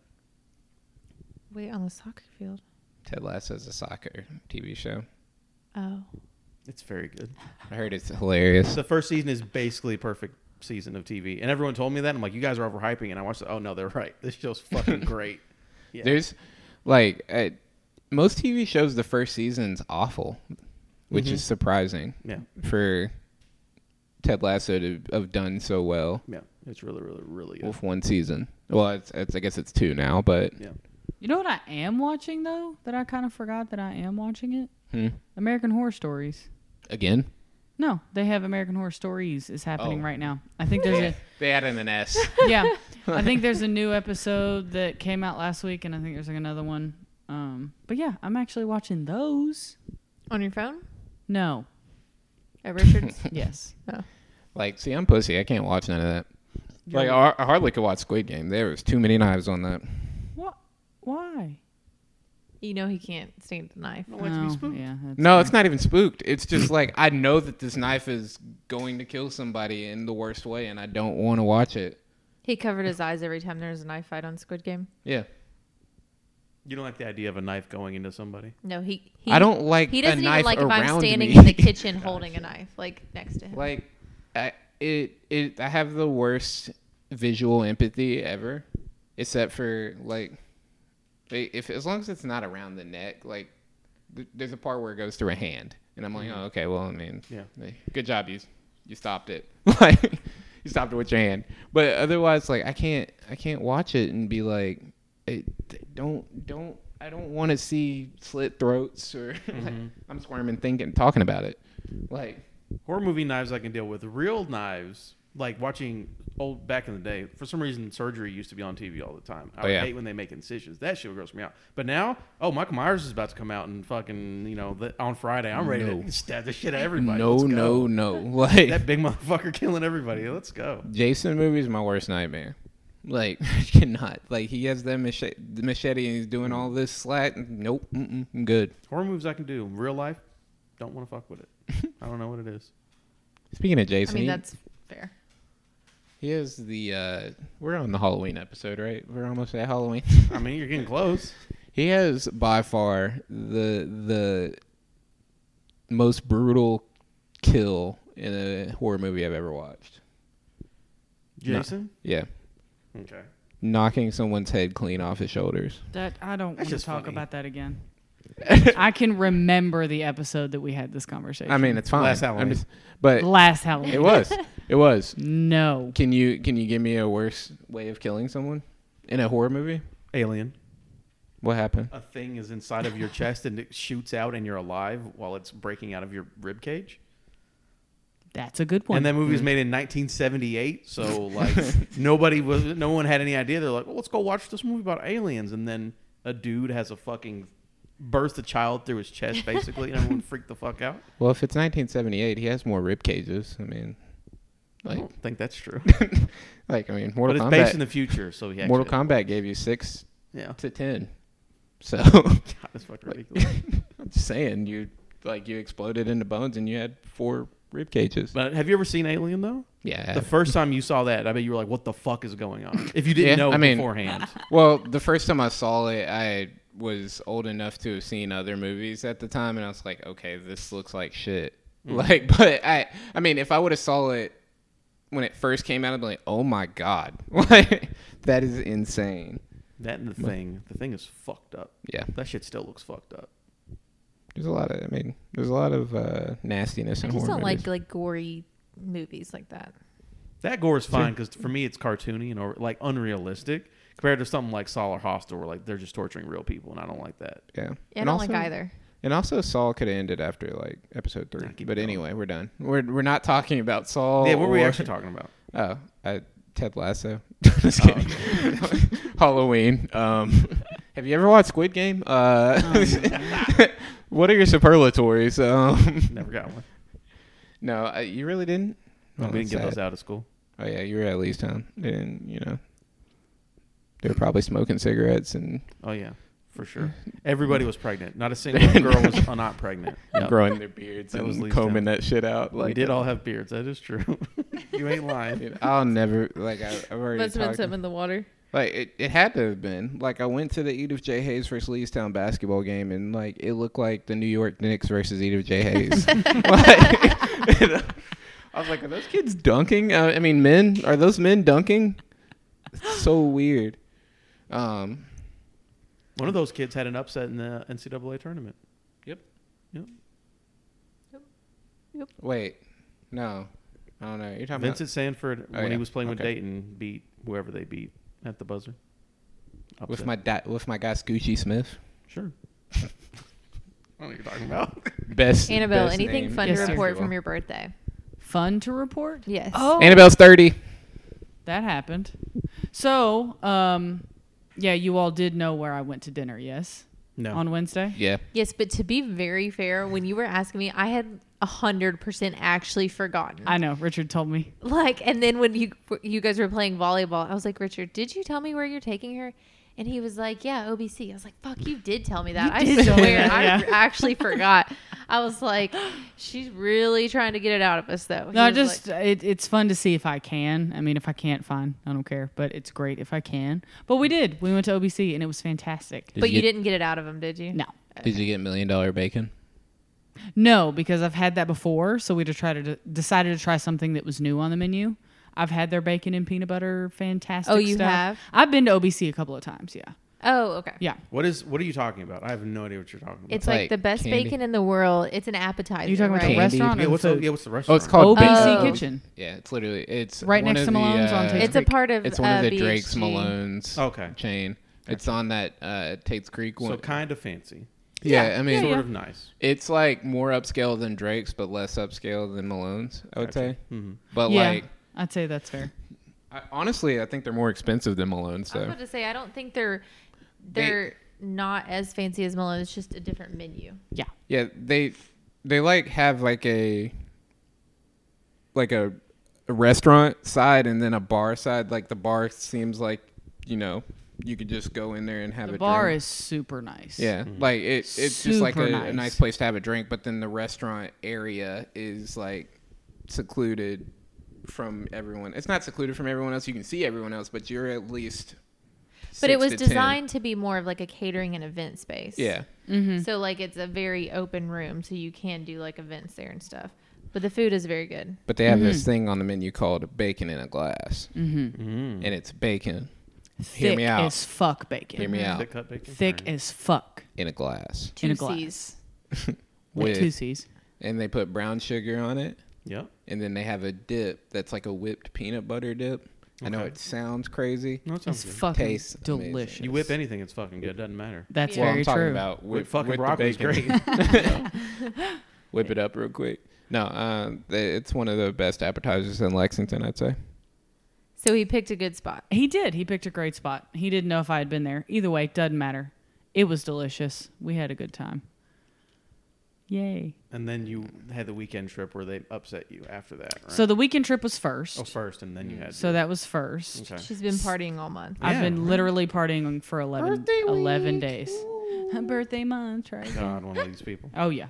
Wait on the soccer field. Ted Lasso's a soccer TV show. Oh, It's very good. I heard it's hilarious. The first season is basically a perfect season of TV, and everyone told me that. I'm like, you guys are overhyping, it." and I watched it. Oh no, they're right. This show's fucking great. Yeah. There's like uh, most TV shows, the first season's awful, which Mm-hmm. is surprising Yeah, for Ted Lasso to have done so well yeah, it's really, really, really good. with one season. Well, it's, it's I guess it's two now, but Yeah, You know what I am watching though? That I kind of forgot that I am watching it? hmm, American Horror Stories. again, No, they have American Horror Stories is happening Oh. right now. I think there's they add in an S. a yeah. I think there's a new episode that came out last week and I think there's like another one. Um but yeah, I'm actually watching those. on your phone No. at Richards. Yes. like, see, I'm pussy. I can't watch none of that. Like, I, I hardly could watch Squid Game. There was too many knives on that. What why? you know he can't stand the knife. I don't like to be Oh, spooked. yeah, that's No, it's not even spooked. It's just like I know that this knife is going to kill somebody in the worst way, and I don't want to watch it. He covered his eyes every time there was a knife fight on Squid Game. Yeah, You don't like the idea of a knife going into somebody. No, he. he I don't like He a doesn't even knife like if I'm around standing me. in the kitchen holding a knife, like next to him. like I, it. It. I have the worst visual empathy ever, except for like, i- if as long as it's not around the neck, like th- there's a part where it goes through a hand, and I'm like, oh, okay, well, I mean, Yeah. like, good job, you, you stopped it, like you stopped it with your hand. But otherwise, like I can't, I can't watch it and be like, it, don't, don't. I don't want to see slit throats or like, I'm squirming, thinking, talking about it. Like, Horror movie knives I can deal with. Real knives, like watching old back in the day. For some reason, surgery used to be on TV all the time. I Oh, yeah. hate when they make incisions. That shit would gross me out. But now, oh, Michael Myers is about to come out and fucking you know the, on Friday. I'm ready No. to stab the shit out of everybody. no, Let's go. no, no. Like That big motherfucker killing everybody. Let's go. Jason movie is my worst nightmare. Like I cannot. Like he has that machete, the machete, and he's doing all this slack. Nope, mm-mm, I'm good. Horror moves I can do. Real life, don't want to fuck with it. I don't know what it is. Speaking I of Jason, mean, he- that's fair. he has the. Uh, we're on the Halloween episode, right? We're almost at Halloween. I mean, you're getting close. he has by far the the most brutal kill in a horror movie I've ever watched. Jason. Yeah, Okay. knocking someone's head clean off his shoulders. That I don't That's want to just talk funny. about that again. I can remember the episode that we had this conversation. I mean, it's fine. Last I'm Halloween. just- but last Halloween. it was. It was. No. Can you can you give me a worse way of killing someone in a horror movie? Alien. What happened? a thing is inside of your chest and it shoots out and you're alive while it's breaking out of your rib cage. That's a good one. And that movie was Mm-hmm. made in 1978, so like nobody was, no one had any idea. They're like, well, let's go watch this movie about aliens, and then a dude has a fucking burst a child through his chest, basically, and everyone freaked the fuck out. Well, if it's 1978, he has more rib cages. I mean, I like, don't think that's true, like I mean, but Mortal it's Kombat. based in the future, so he actually, Mortal Kombat gave you six Yeah, to ten. So God, that's fucking Like- ridiculous. I'm just saying, you like you exploded into bones and you had four rib cages. But have you ever seen Alien though? Yeah. The first time you saw that, I bet you were like, "What the fuck is going on?" If you didn't Yeah, know I mean- beforehand, Well, the first time I saw it, I was old enough to have seen other movies at the time, and I was like, okay, this looks like shit. Mm. Like, but I, I mean, if I would have saw it when it first came out, I'd be like, oh my god, like that is insane. that and the thing, the thing is fucked up. Yeah, That shit still looks fucked up. there's a lot of, I mean, there's a lot of uh, nastiness I in just horror don't movies. like like gory movies like that. That gore is fine because for me it's cartoony and or like unrealistic compared to something like Saw or Hostel where like they're just torturing real people and I don't like that. yeah, Yeah, I And don't also- like either. And also, Saul could have ended after like episode three. Nah, keep but going. anyway, we're done. We're we're not talking about Saul. yeah, what were we Oh, or- actually talking about? Oh, uh, Ted Lasso. Oh, Just kidding. Halloween. Um, have you ever watched Squid Game? Uh, Um, Oh, what are your superlatories? Um, Never got one. no, uh, you really didn't. No, Oh, we didn't that's get those sad. out of school. Oh yeah, you were at Lee's town, and you know they were probably smoking cigarettes and Oh yeah, for sure. Everybody was pregnant. Not a single girl was uh, not pregnant. Yep. growing their beards That was and Lee's combing town. that shit out. we Like did all have beards. That is true. you ain't lying. Dude, I'll never like I, I've already. Must have been talked- something in the water. Like it, it had to have been. Like I went to the Edith J. Hayes versus Leestown basketball game and like it looked like the New York Knicks versus Edith J. Hayes. Like, you know, I was like, are those kids dunking? Uh, I mean, men are those men dunking? It's so weird. Um, One of those kids had an upset in the NCAA tournament. wait, no, I don't know. You're talking Vincent Sanford, Oh, when yeah. he was playing with Okay. Dayton, beat whoever they beat at the buzzer. about with Upset. my da- with my guy Scoochie Smith. sure. I don't know what you're talking about. Best Annabelle, best anything name fun in Yes, to sir. report basketball. from your birthday? Fun to report? Yes. Oh, Annabelle's thirty. that happened. So, um, yeah, you all did know where I went to dinner, yes? No. On Wednesday? Yeah. Yes, but to be very fair, when you were asking me, I had hundred percent actually forgotten. I know. Richard told me. like, and then when you you guys were playing volleyball, I was like, Richard, did you tell me where you're taking her? And he was like, Yeah, OBC. I was like, Fuck, you did tell me that. You did I tell me swear, that, I yeah. actually forgot. I was like, She's really trying to get it out of us, though. He No, I was just uh, like- it, it's fun to see if I can. I mean, if I can't, fine. I don't care. But it's great if I can. But we did. We went to OBC and it was fantastic. but you you get- didn't get it out of him, did you? No, Did you get million dollar bacon? no, because I've had that before. So we just tried to decided to try something that was new on the menu. I've had their bacon and peanut butter, fantastic. Oh, you stuff. have? I've been to OBC a couple of times. Yeah, Oh, okay. yeah. What is? What are you talking about? I have no idea what you're talking about. It's like, Like the best candy? bacon in the world. It's an appetizer. You talking about right? the restaurant yeah, or the what's the, food? yeah, what's the restaurant? Oh, it's called OBC Oh. Kitchen. Yeah, it's literally it's Right one next of to Malone's the, on uh, Tate's It's a Creek. part of, it's one of uh, the Drake's BHG. Malone's Okay. chain. It's on that uh, Tate's Creek one. So kind of fancy, yeah, I mean, sort of nice. it's like more upscale than Drake's, but less upscale than Malone's. I would say, Mhm. but yeah, like I'd say that's fair. I, honestly, I think they're more expensive than Malone's. I was Though about to say, I don't think they're they're not as fancy as Malone. It's just a different menu. Yeah, yeah, they they like have like a like a, a restaurant side and then a bar side. Like the bar seems like you know you could just go in there and have the a bar drink. is super nice. Yeah, like it, it's just like a, Super a nice. nice place to have a drink, but then the restaurant area is like secluded from everyone. It's not secluded from everyone else. You can see everyone else, but you're at least. But it six was to 10. designed to be more of like a catering and event space. Yeah, Mm-hmm. So like it's a very open room, so you can do like events there and stuff. But the food is very good. but they have Mm-hmm. this thing on the menu called bacon in a glass, mm-hmm. and it's bacon. thick Hear me out. as fuck bacon. Hear Mm-hmm. me out. Thick cut bacon. Thick Alright. as fuck In a glass, Two in a glass. C's. With With- two C's. and they put brown sugar on it, Yep. and then they have a dip that's like a whipped peanut butter dip. I know Okay. it sounds crazy. No, it It's sounds good. fucking Tastes amazing. delicious. you whip anything, it's fucking good. Doesn't matter. That's Yeah. well, very I'm talking true. about With whip, fucking with the broccoli's bacon. great. whip it up real quick. No, uh, th- it's one of the best appetizers in Lexington, I'd say. So he picked a good spot. He did. He picked a great spot. He didn't know if I had been there. Either way, doesn't matter. It was delicious. We had a good time. Yay. and then you had the weekend trip where they upset you after that. Right? So the weekend trip was first. oh, first, and then you had So that was first. Okay. She's been partying all month. I've Yeah. been literally partying for 11, 11 days. Birthday month, right? God, one of these people. Oh, yeah.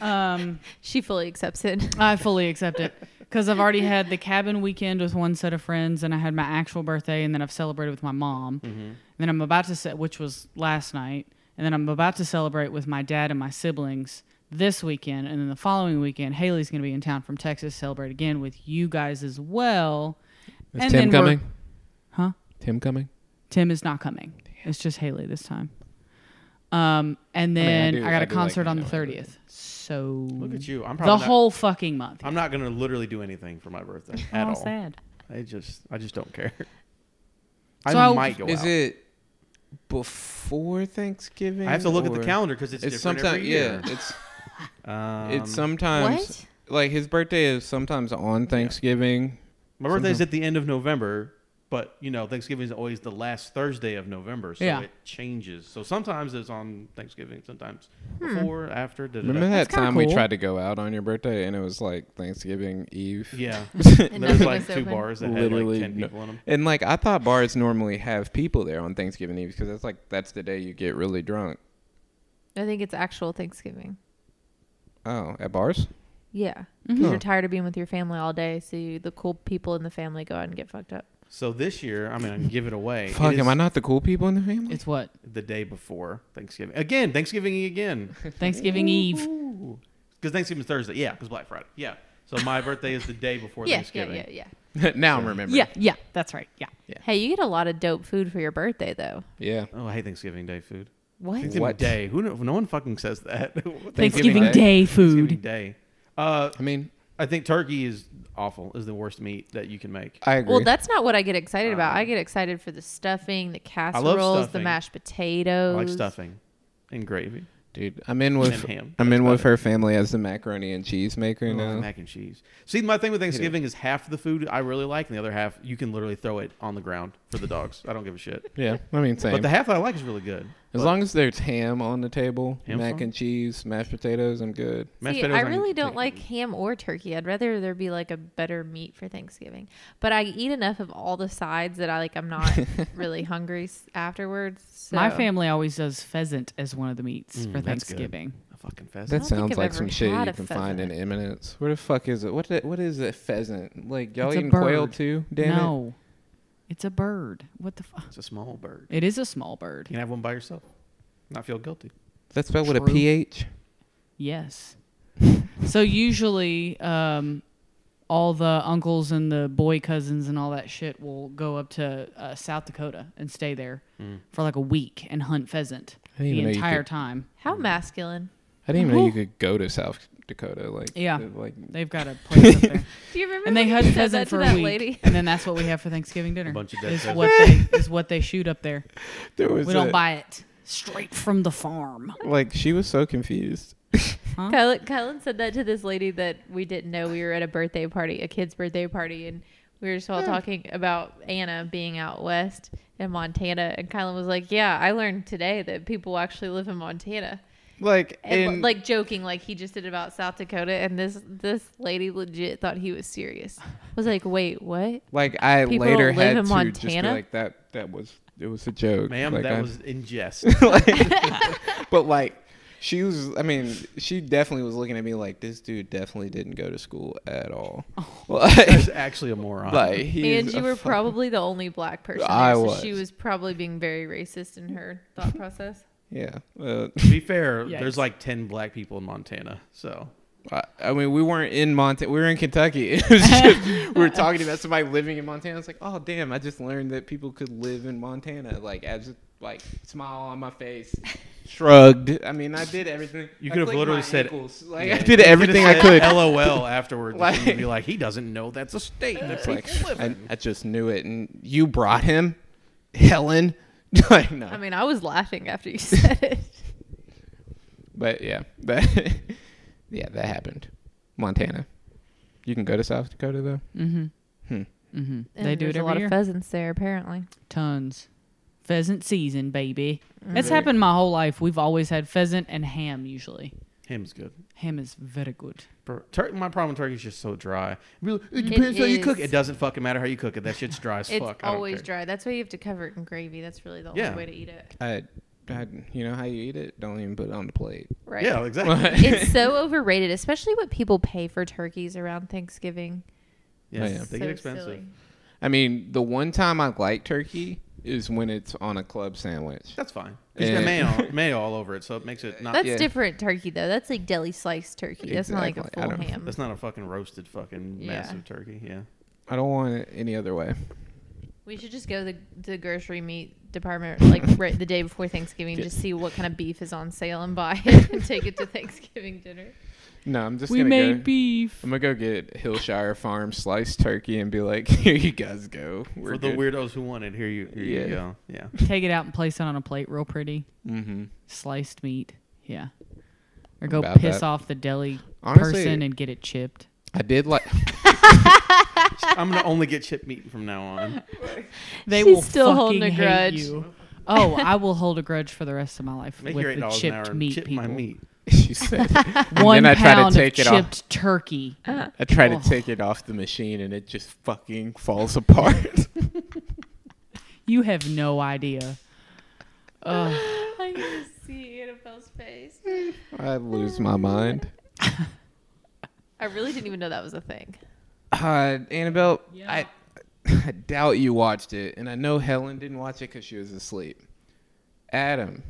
Um, She fully accepts it. I fully accept it because I've already had the cabin weekend with one set of friends, and I had my actual birthday, and then I've celebrated with my mom. And then I'm about to set, which was last night, and then I'm about to celebrate with my dad and my siblings this weekend, and then the following weekend, Haley's going to be in town from Texas, to celebrate again with you guys as well. Is Tim And then we're- coming? Huh? Tim coming? Tim is not coming. It's just Haley this time. Um, and then I, do- got I do a like concert on the hanging out with 30th. So Look at you. I'm the probably not, whole fucking month. I'm not gonna literally do anything for my birthday at How all. sad. I just, I just don't care. So I I'll- might go Is out. it before Thanksgiving? I have to look at the or- calendar because it's, It's different sometimes every year. yeah. It's Um, it's sometimes what? like his birthday is sometimes on Thanksgiving. My birthday's Sometimes- at the end of November, but you know Thanksgiving is always the last Thursday of November, so Yeah. it changes. So sometimes it's on Thanksgiving, sometimes Hmm. before, after. Da, da, Remember da. that That's kinda time we cool. tried to go out on your birthday and it was like Thanksgiving Eve? Yeah, And there's nothing like was two open. bars that Literally had like ten no- people in them. And like I thought bars normally have people there on Thanksgiving Eve because that's like that's the day you get really drunk. I think it's actual Thanksgiving. Oh, at bars? Yeah. Mm-hmm. 'Cause Mhm. you're tired of being with your family all day, so you, the cool people in the family go out and get fucked up. So this year, I mean, I can give it away. Fuck, It am I is not the cool people in the family? It's what? The day before Thanksgiving again, Thanksgiving again, Thanksgiving Eve. because Thanksgiving's Thursday. Yeah, because Black Friday. Yeah. So my birthday is the day before Yeah, yeah, Thanksgiving. yeah, yeah. now I'm remembering. Yeah, yeah, that's right. Yeah. Hey, you get a lot of dope food for your birthday, though. Yeah. Oh, I hate Thanksgiving Day food. What? Thanksgiving What? Day? Who? kno- No one fucking says that. Thanksgiving, Thanksgiving Day, Thanksgiving food. Day. Uh, I mean, I think turkey is awful. Is the worst meat that you can make. I agree. Well, that's not what I get excited about. Um, I get excited for the stuffing, the love casseroles, the stuffing. mashed I potatoes. like stuffing and gravy. Dude, I'm in with And ham. I'm in That's with her family as the macaroni and cheese maker I like now. Oh, mac and cheese. See, my thing with Thanksgiving is half the food I really like, and the other half you can literally throw it on the ground for the dogs. I don't give a shit. Yeah, I mean same. But the half I like is really good. as long as there's ham on the table, Ham's mac fine. and cheese, mashed potatoes, I'm good. mashed See, potatoes I can really don't take. like ham or turkey. I'd rather there be like a better meat for Thanksgiving. But I eat enough of all the sides that I like. I'm not really hungry s- afterwards. So. My family always does pheasant as one of the meats Mm, for that's good. Thanksgiving. a fucking fast. That don't think sounds I've like ever some shit you had can a find in pheasant. Eminence. Where the fuck is it? What the, what is a pheasant? Like y'all It's a eating quail bird. too? Damn it. no, it's a bird. What the fuck? It's a small bird. It is a small You bird. can have one by yourself. Not feel guilty. That's spelled with a True. ph. Yes. so usually, um, all the uncles and the boy cousins and all that shit will go up to uh, South Dakota and stay there for like a week and hunt pheasant I didn't the even know you entire could- time. How masculine. I didn't even know you could go to South Dakota. Like Yeah. uh, like They've got a place up there. Do you remember? and they when hunt you said pheasant that for to a that week, lady? and then that's what we have for Thanksgiving dinner. A bunch of dead is pheasants. what they is what they shoot up there. there was We don't a- buy it straight from the farm. like she was so confused. Kylan, Kylan said that to this lady that we didn't know. We were at a birthday party, a kid's birthday party, and we were just Hmm. all talking about Anna being out west in Montana. And Kylan was like, "Yeah, I learned today that people actually live in Montana." Like And, in- like joking, like he just did about South Dakota, and this this lady legit thought he was serious. Was like, "Wait, what?" Like I People later live in had to just be Montana? like that. That was it was a joke, Ma'am, Like, that I'm- was in jest. But like she was. I mean, she definitely was looking at me like this dude definitely didn't go to school at all. That's Like, actually a moron. like he and is you a were fuck- probably the only black person. There, I so was. She was probably being very racist in her thought process. Yeah. Uh, to be fair, there's Yikes. like ten black people in Montana, so I, I mean, we weren't in Montana. We were in Kentucky. It was just, we were talking about somebody living in Montana. It's like, oh damn! I just learned that people could live in Montana. Like as like smile on my face, shrugged. I mean, I did everything. You I could have clicked literally my said- ankles. like Yeah, I you did everything I Just could. LOL afterwards. Like- and you'd be like, he doesn't know that's a state. That's It's like, like I, I just knew it, and you brought him, Helen. like no, I mean, I was laughing after you said it. but yeah, that yeah that happened. Montana, you can go to South Dakota though. Mm-hmm. Hmm. Mm-hmm. And They do it there's every a lot year. of pheasants there, apparently. Tons. Pheasant season, baby. That's Mm-hmm. Very- happened my whole life. We've always had pheasant and ham usually. Ham's good. Ham is very good. Bur- Tur- my problem with turkey is just so dry. Be like, It depends how you cook. it. is. It doesn't fucking matter how you cook it. That shit's dry as It's fuck. I don't always care. dry. That's why you have to cover it in gravy. That's really the Yeah. only way to eat it. I, I, you know how you eat it? Don't even put it on the plate. Right. Yeah, exactly. it's so overrated, especially what people pay for turkeys around Thanksgiving. Oh, yeah, Oh, Yeah. they so get expensive. silly. I mean, the one time I like turkey is when it's on a club sandwich. That's fine. It's got Yeah. mayo, mayo all over it, so it makes it not. That's Yeah. different turkey though. That's like deli sliced turkey. That's not like Exactly. I a full don't- ham. That's not a fucking roasted fucking Yeah. massive turkey. Yeah. I don't want it any other way. We should just go to the, the grocery meat department like right the day before Thanksgiving, Yeah. just see what kind of beef is on sale and buy it and take it to Thanksgiving dinner. No, I'm just we gonna made go. beef. I'm gonna go get Hillshire Farm sliced turkey and be like, "Here you guys go." We're For the weirdos who want it, here you, here Yeah. you go. Yeah. Take it out and place it on a plate real pretty. Mm-hmm. Sliced meat. Yeah. Or go about piss that. off the deli Honestly- person and get it chipped. I did like. I'm gonna only get chip meat from now on. They She's will still holding a fucking hate grudge. you. Oh, I will hold a grudge for the rest of my life Make your with eight the dollars an hour chipped and meat chip people. my meat. she said. And One then I try to pound take of it chipped off. turkey. I try Oh. to take it off the machine, and it just fucking falls apart. You have no idea. Ugh. I can just see Annabelle's face. I lose my mind. I really didn't even know that was a thing. Uh, Annabelle, Yeah. I, I doubt you watched it, and I know Helen didn't watch it because she was asleep. Adam,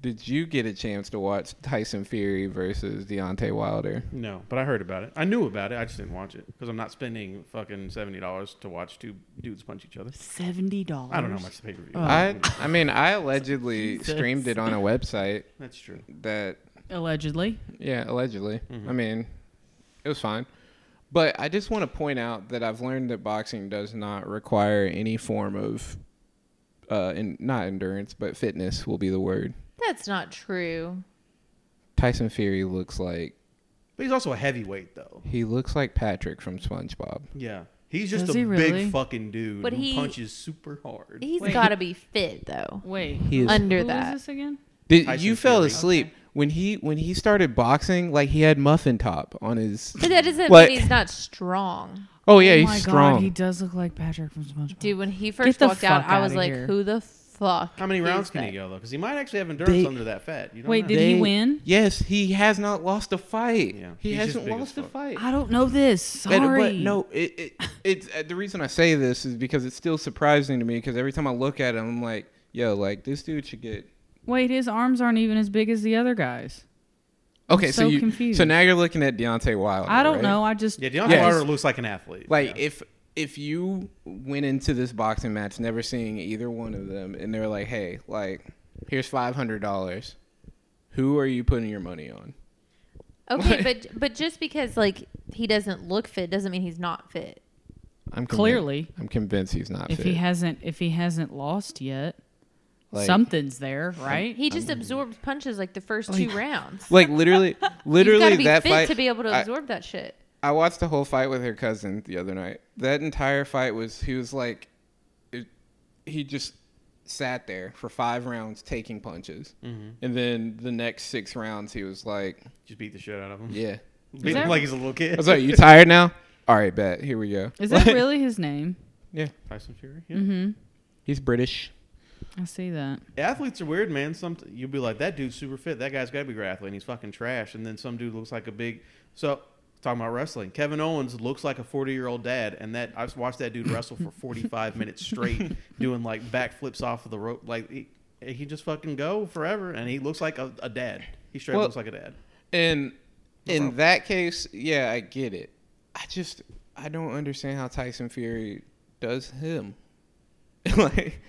did you get a chance to watch Tyson Fury versus Deontay Wilder? No, but I heard about it. I knew about it. I just didn't watch it because I'm not spending fucking seventy dollars to watch two dudes punch each other. Seventy dollars. I don't know how much the pay per view. Oh. I, I mean, I allegedly Jesus. streamed it on a website That's true. that Allegedly. Yeah, allegedly. I mean, it was fine. But I just want to point out that I've learned that boxing does not require any form of, uh, in, not endurance, but fitness will be the word. That's not true. Tyson Fury looks like But he's also a heavyweight though. he looks like Patrick from SpongeBob. Yeah. He's just Does a he really? big fucking dude But who he- punches super hard. He's Wait. got to be fit though. Wait. He is. Under Who is that. this again? Did, Tyson you fell Fury. asleep when he when he started boxing? Like he had muffin top on his. But that doesn't Like- mean he's not strong. Oh yeah, he's my strong. god, he does look like Patrick from SpongeBob. Dude, when he first the walked out, fuck I outta was like, here. who the fuck? How many is rounds can he that? go though? Because he might actually have endurance They- under that fat. You don't Wait, know. did he win? Yes, he has not lost a fight. Yeah, he he's just hasn't big as lost a fuck. fight. I don't know this. Sorry. But- But, no, it, it it's uh, the reason I say this is because it's still surprising to me because every time I look at him, I'm like, yo, like this dude should get. Wait, his arms aren't even as big as the other guys. Okay, so, so you confused. so now you're looking at Deontay Wilder. I don't right? know. I just Yeah, Deontay Yes. Wilder looks like an athlete. Like yeah. if if you went into this boxing match never seeing either one of them, and they're like, hey, like here's five hundred dollars. Who are you putting your money on? Okay, but but just because like he doesn't look fit doesn't mean he's not fit. I'm convin- Clearly. I'm convinced he's not if fit. he hasn't if he hasn't lost yet, Like- something's there, right? He Um, just absorbs punches like the first two rounds. like literally, He's got literally to be that fit fight to be able to I- absorb that shit. I watched the whole fight with her cousin the other night. That entire fight was he was like, it, he just sat there for five rounds taking punches, and then the next six rounds he was like, just beat the shit out of him. yeah. Beat that- him like he's a little I kid. was like, you tired now? All right, bet. Here we go. Is that really his name? Yeah, Tyson Fury. Yeah. Mm-hmm. he's British. I see that. Athletes are weird, man. Some you'll be like, that dude's super fit. That guy's got to be a great athlete. And he's fucking trash. And then some dude looks like a big. So talking about wrestling, Kevin Owens looks like a forty-year-old dad, and that I've watched that dude wrestle for forty-five minutes straight, doing like backflips off of the rope. Like he, he can just fucking go forever, and he looks like a, a dad. He straight up Well- looks like a dad. And No in problem. that case, yeah, I get it. I just I don't understand how Tyson Fury does him. like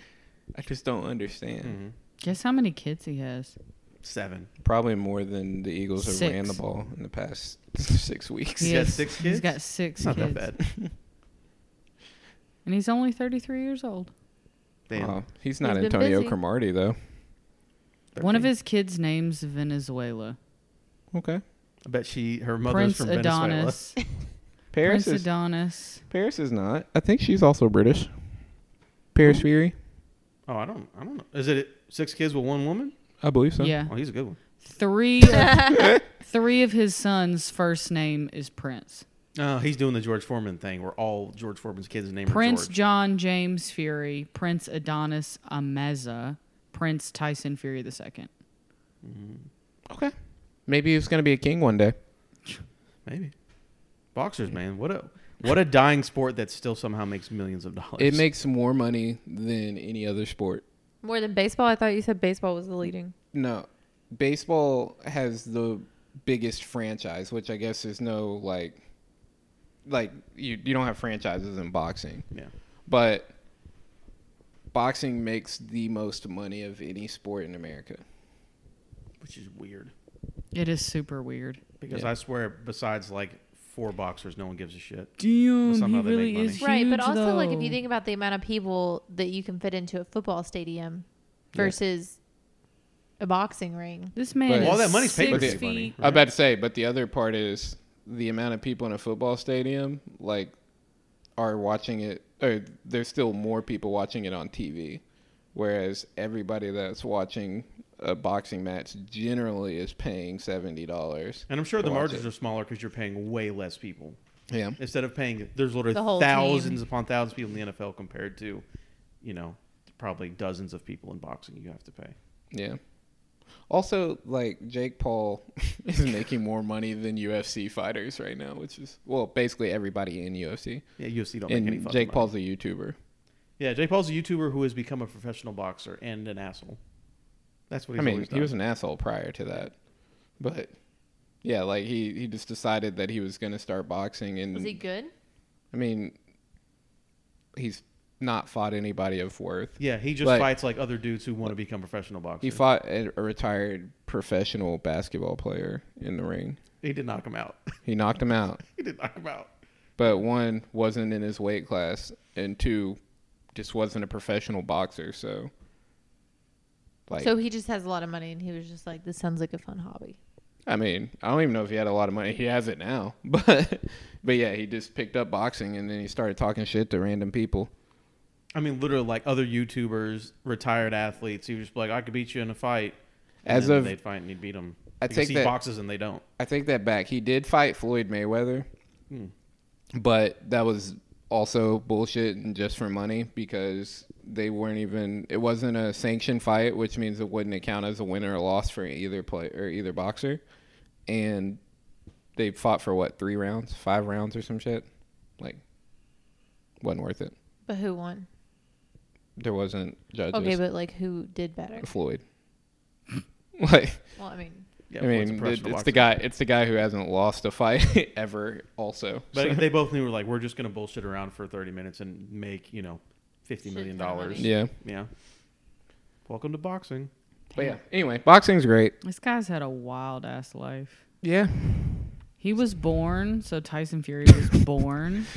I just don't understand. Guess how many kids he has? Mm-hmm. Seven. Probably more than the Eagles have ran the Six. ball in the past six weeks. He's He got has- six He's kids? got six It's not kids, that bad. and he's only thirty-three years old. Damn. Wow. he's not He's been Antonio busy. Cromartie though. One of 13. his kids' names Venezuela. Okay. I bet she her mother's Prince from Venezuela. Adonis. Paris Prince is Adonis. Paris is not. I think she's also British. Paris Fury, Oh, I don't I don't know. Is it six kids with one woman? I believe so. Yeah, Oh, he's a good one. three of, three of his sons' first name is Prince. Uh, he's doing the George Foreman thing where all George Foreman's kids' name Prince are George. John James Fury, Prince Adonis Ameza, Prince Tyson Fury II. Okay. Maybe he's gonna be a king one day. Maybe. Boxers, man. What a what a dying sport that still somehow makes millions of dollars. It makes more money than any other sport. More than baseball, I thought you said baseball was the leading. No, baseball has the biggest franchise, which I guess is no like, like you you don't have franchises in boxing, yeah. but boxing makes the most money of any sport in America. Which is weird. It is super weird. Because Yeah. I swear besides like four boxers, no one gives a shit. Damn, somehow he they make really money. is Right, but also like if you think about the amount of people that you can fit into a football stadium Yeah. versus a boxing ring. this man, But- is All that money's six paper bag feet. money. I was about to say, but the other part is the amount of people in a football stadium like are watching it, or there's still more people watching it on TV, whereas everybody that's watching a boxing match generally is paying seventy dollars. And I'm sure the Watch margins it. are smaller because you're paying way less people. Yeah. Instead of paying, there's The literally whole thousands upon thousands of people in the NFL compared to, you know, probably dozens of people in boxing you have to pay. Yeah. Also, like Jake Paul is making more money than UFC fighters right now, which is well, basically everybody in UFC. Yeah, UFC don't make any And fucking Jake money. Paul's a YouTuber. Yeah, Jake Paul's a YouTuber who has become a professional boxer and an asshole. That's what I he's mean, always done. he was an asshole prior to that, but yeah, like he he just decided that he was going to start boxing, and Was he good? I mean, he's not fought anybody of worth. yeah, he just like- fights like other dudes who want to become professional boxers. He fought a, a retired professional basketball player in the ring. He did knock him out. He knocked him out, he did knock him out. but one wasn't in his weight class, and two just wasn't a professional boxer. So, like, so he just has a lot of money and he was just like, This sounds like a fun hobby. I mean, I don't even know if he had a lot of money. He has it now, but but yeah, he just picked up boxing and then he started talking shit to random people. I mean, literally, like other YouTubers, retired athletes. He was just like, I could beat you in a fight. And As then of- they'd fight and he'd beat him. I Because take he that- boxes and they don't. I take that back. He did fight Floyd Mayweather, but that was also bullshit and just for money because they weren't even. It wasn't a sanctioned fight, which means it wouldn't count as a win or a loss for either play or either boxer. And they fought for what three rounds, five rounds, or some shit. Like, wasn't worth it. But who won? There wasn't judges. Okay, but like who did better? Floyd. Like Well, I mean, Yeah, I Floyd's a mean, professional it- it's boxer. the guy. It's the guy who hasn't lost a fight ever. Also, But they both knew like we're just gonna bullshit around for thirty minutes and make you know fifty Shit million ton of dollars. money. yeah. Yeah. Welcome to boxing. But yeah. Anyway, boxing's great. This guy's had a wild ass life. Yeah. He was born, so Tyson Fury was born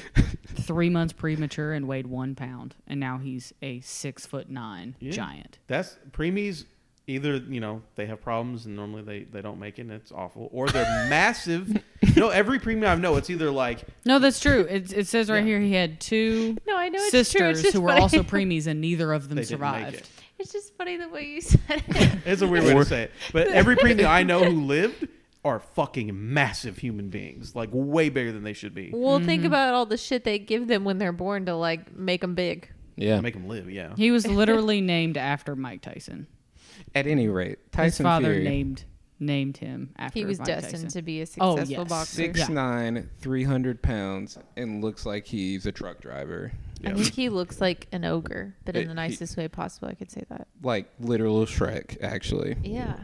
three months premature and weighed one pound, and now he's a six foot nine Yeah. giant. That's preemies. Either you know they have problems and normally they they don't make it and it's awful, or they're massive. No, every preemie I know, it's either like No, that's true. It, it says right here he had two no, I know it's true. It's sisters just who were funny. also preemies, and neither of them they didn't make survived. it. It's just funny the way you said it. It's a weird way Or- to say it, but every preemie I know who lived are fucking massive human beings, like way bigger than they should be. well, think about all the shit they give them when they're born to like make them big. Yeah. Make them live, yeah. He was literally named after Mike Tyson. At any rate, His Tyson father Fury, named named him after. He was Mike destined Tyson. to be a Oh, successful yes. boxer. six nine, three hundred pounds, and looks like he's a truck driver. I think he looks like an ogre, but It- in he- the nicest way possible. I could say that. Like literal Shrek, actually. Yeah.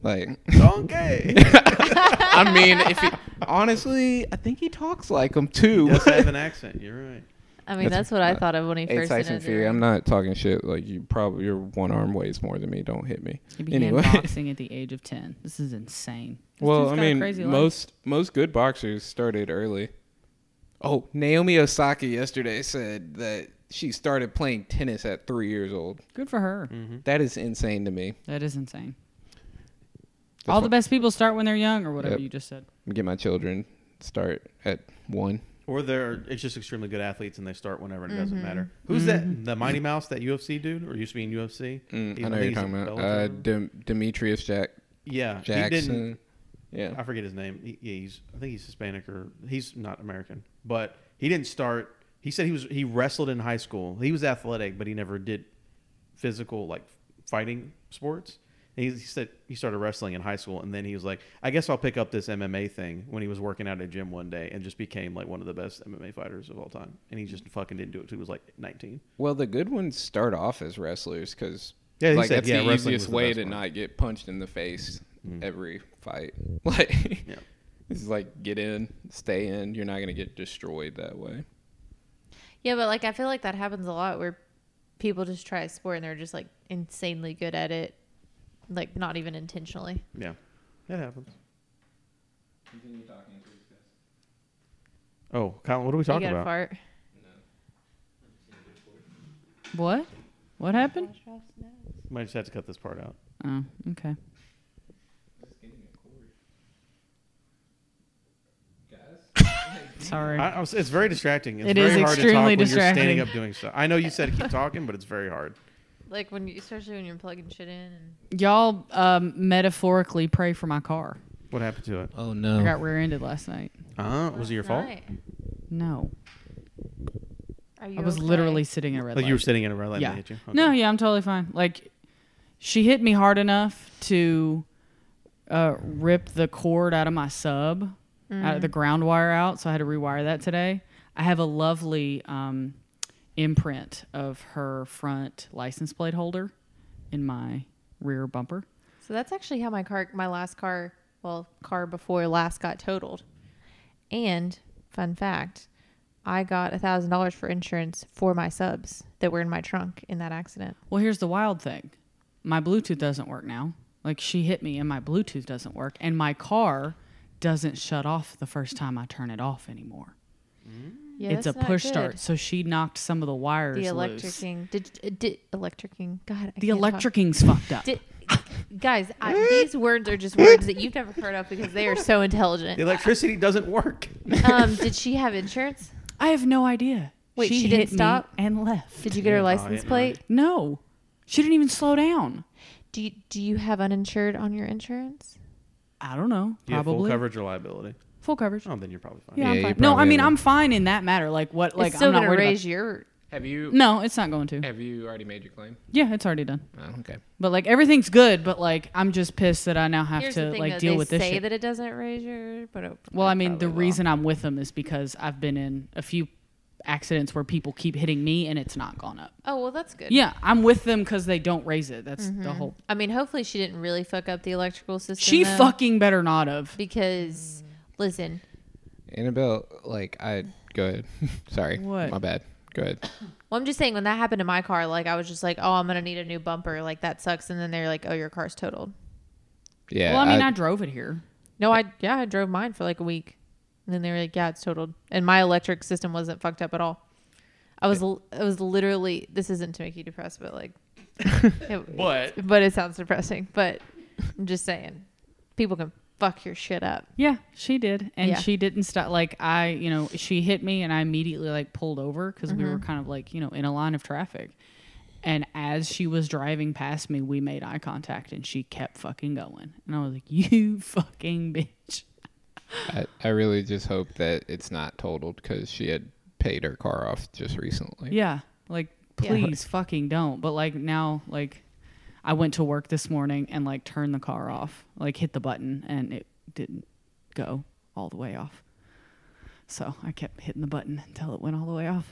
Like, Donkey. I mean, if he honestly, I think he talks like him too. Does have an accent. You're right. I mean, that's, what I thought of when he Hey, first Tyson said Fury, I'm not talking shit. Like you probably your one arm weighs more than me. Don't hit me. He began Anyway, boxing at the age of 10. This is insane. This well, dude's I got a mean, crazy life. most most good boxers started early. Oh, Naomi Osaka yesterday said that she started playing tennis at three years old. Good for her. Hmm? That is insane to me. That is insane. All the best people start when they're young, or whatever Yep. you just said. Get my children start at one. Or they're it's just extremely good athletes and they start whenever and it doesn't matter. Who's that? The Mighty Mouse, that UFC dude, or used to be in UFC? Mm-hmm. Mm, He- I think know Hmm, you're he's talking in about Bellator. uh, Dem- Demetrius Jack yeah, He didn't, Jackson. I Yeah, forget his name. He, yeah, he's I think he's Hispanic or he's not American, but he didn't start. He said he was he wrestled in high school. He was athletic, but he never did physical like fighting sports. And he, he said he started wrestling in high school, and then he was like, I guess I'll pick up this MMA thing when he was working out at a gym one day, and just became like one of the best MMA fighters of all time. And he just fucking didn't do it till he was like 19. Well, the good ones start off as wrestlers because Yeah, he like said, that's yeah, the wrestling was easiest the way best Mm. to one. not get punched in the face every fight. Like, Yeah. it's like get in, stay in. You're not gonna get destroyed that way. Yeah, but like I feel like that happens a lot where people just try a sport and they're just like insanely good at it, like not even intentionally. Yeah, that happens. Oh, Colin, what are we You got talking a about? fart. What? What happened? Might just have to cut this part out. Oh, okay. Sorry. I, I was, it's very distracting. It's It very is hard extremely to talk When you're distracting. standing up doing stuff. I know you said keep talking, but it's very hard. Like when you, especially when you're plugging shit in. And Y'all um, metaphorically pray for my car. What happened to it? Oh I no! got rear-ended last night. Uh, was it your fault? Right. No, Are you I was okay? literally sitting at red Like light. you were sitting in a red light yeah. and they hit you? Okay. No, yeah, I'm totally fine. Like she hit me hard enough to uh, rip the cord out of my sub, out of the ground wire out. So I had to rewire that today. I have a lovely um, imprint of her front license plate holder in my rear bumper. So that's actually how my car, my last car, well, car before last got totaled. And fun fact, I got a thousand dollars for insurance for my subs that were in my trunk in that accident. Well, here's the wild thing. My Bluetooth doesn't work now. Like she hit me and my Bluetooth doesn't work and my car doesn't shut off the first time I turn it off anymore. Yeah, it's a that's not push good. start. So she knocked some of the wires The loose. electricking, did, uh, did electricking? God, I The can't talk. electricing's fucked up. Did, guys, I, these words are just words that you've never heard of because they are so The intelligent. electricity doesn't work. Um, did she have insurance? I have no idea. Wait, she hit didn't me stop? and left. Did you get her Yeah, license I- plate? No, she didn't even slow down. Do you, do you have uninsured on your insurance? I don't know. Do you have Probably full coverage or liability? Full coverage. Oh, then you're probably fine. Yeah, Yeah, you I'm fine. No, I probably mean have I'm a- fine in that matter. Like what? Like it's still I'm not gonna worried about- raise your Have you No, it's not going to. have you already made your claim? Yeah, it's already done. Oh, okay. But like everything's good, but like I'm just pissed that I now have Here's to the thing, like though, deal they with this say shit. that it doesn't raise your but it well, I mean, the probably will. reason I'm with them is because I've been in a few accidents where people keep hitting me and it's not gone up. Oh well, that's good. Yeah, I'm with them because they don't raise it. That's the whole. I mean, hopefully she didn't really fuck up the electrical system. She though, fucking better not have. because listen, Annabelle, like I go ahead. Sorry, What? My bad. Go ahead. well, I'm just saying when that happened to my car, like I was just like, oh, I'm gonna need a new bumper, like that sucks, and then they're like, oh, your car's totaled. Yeah. well, I mean, I, I- drove it here. No, I yeah, I drove mine for like a week, and then they were like, yeah, it's totaled, and my electric system wasn't fucked up at all. I was l- I was literally this isn't to make you depressed, but like, it- But but it sounds depressing. But I'm just saying, people can fuck your shit up. Yeah, she did, and Yeah. she didn't stop. Like I, you know, she hit me, and I immediately like pulled over because we were kind of like you know in a line of traffic. And as she was driving past me, we made eye contact, and she kept fucking going. And I was like, "You fucking bitch." I, I really just hope that it's not totaled because she had paid her car off just recently. Yeah. Like, Yeah. please fucking don't. But like now, like, I went to work this morning and like turned the car off, like hit the button, and it didn't go all the way off. So I kept hitting the button until it went all the way off.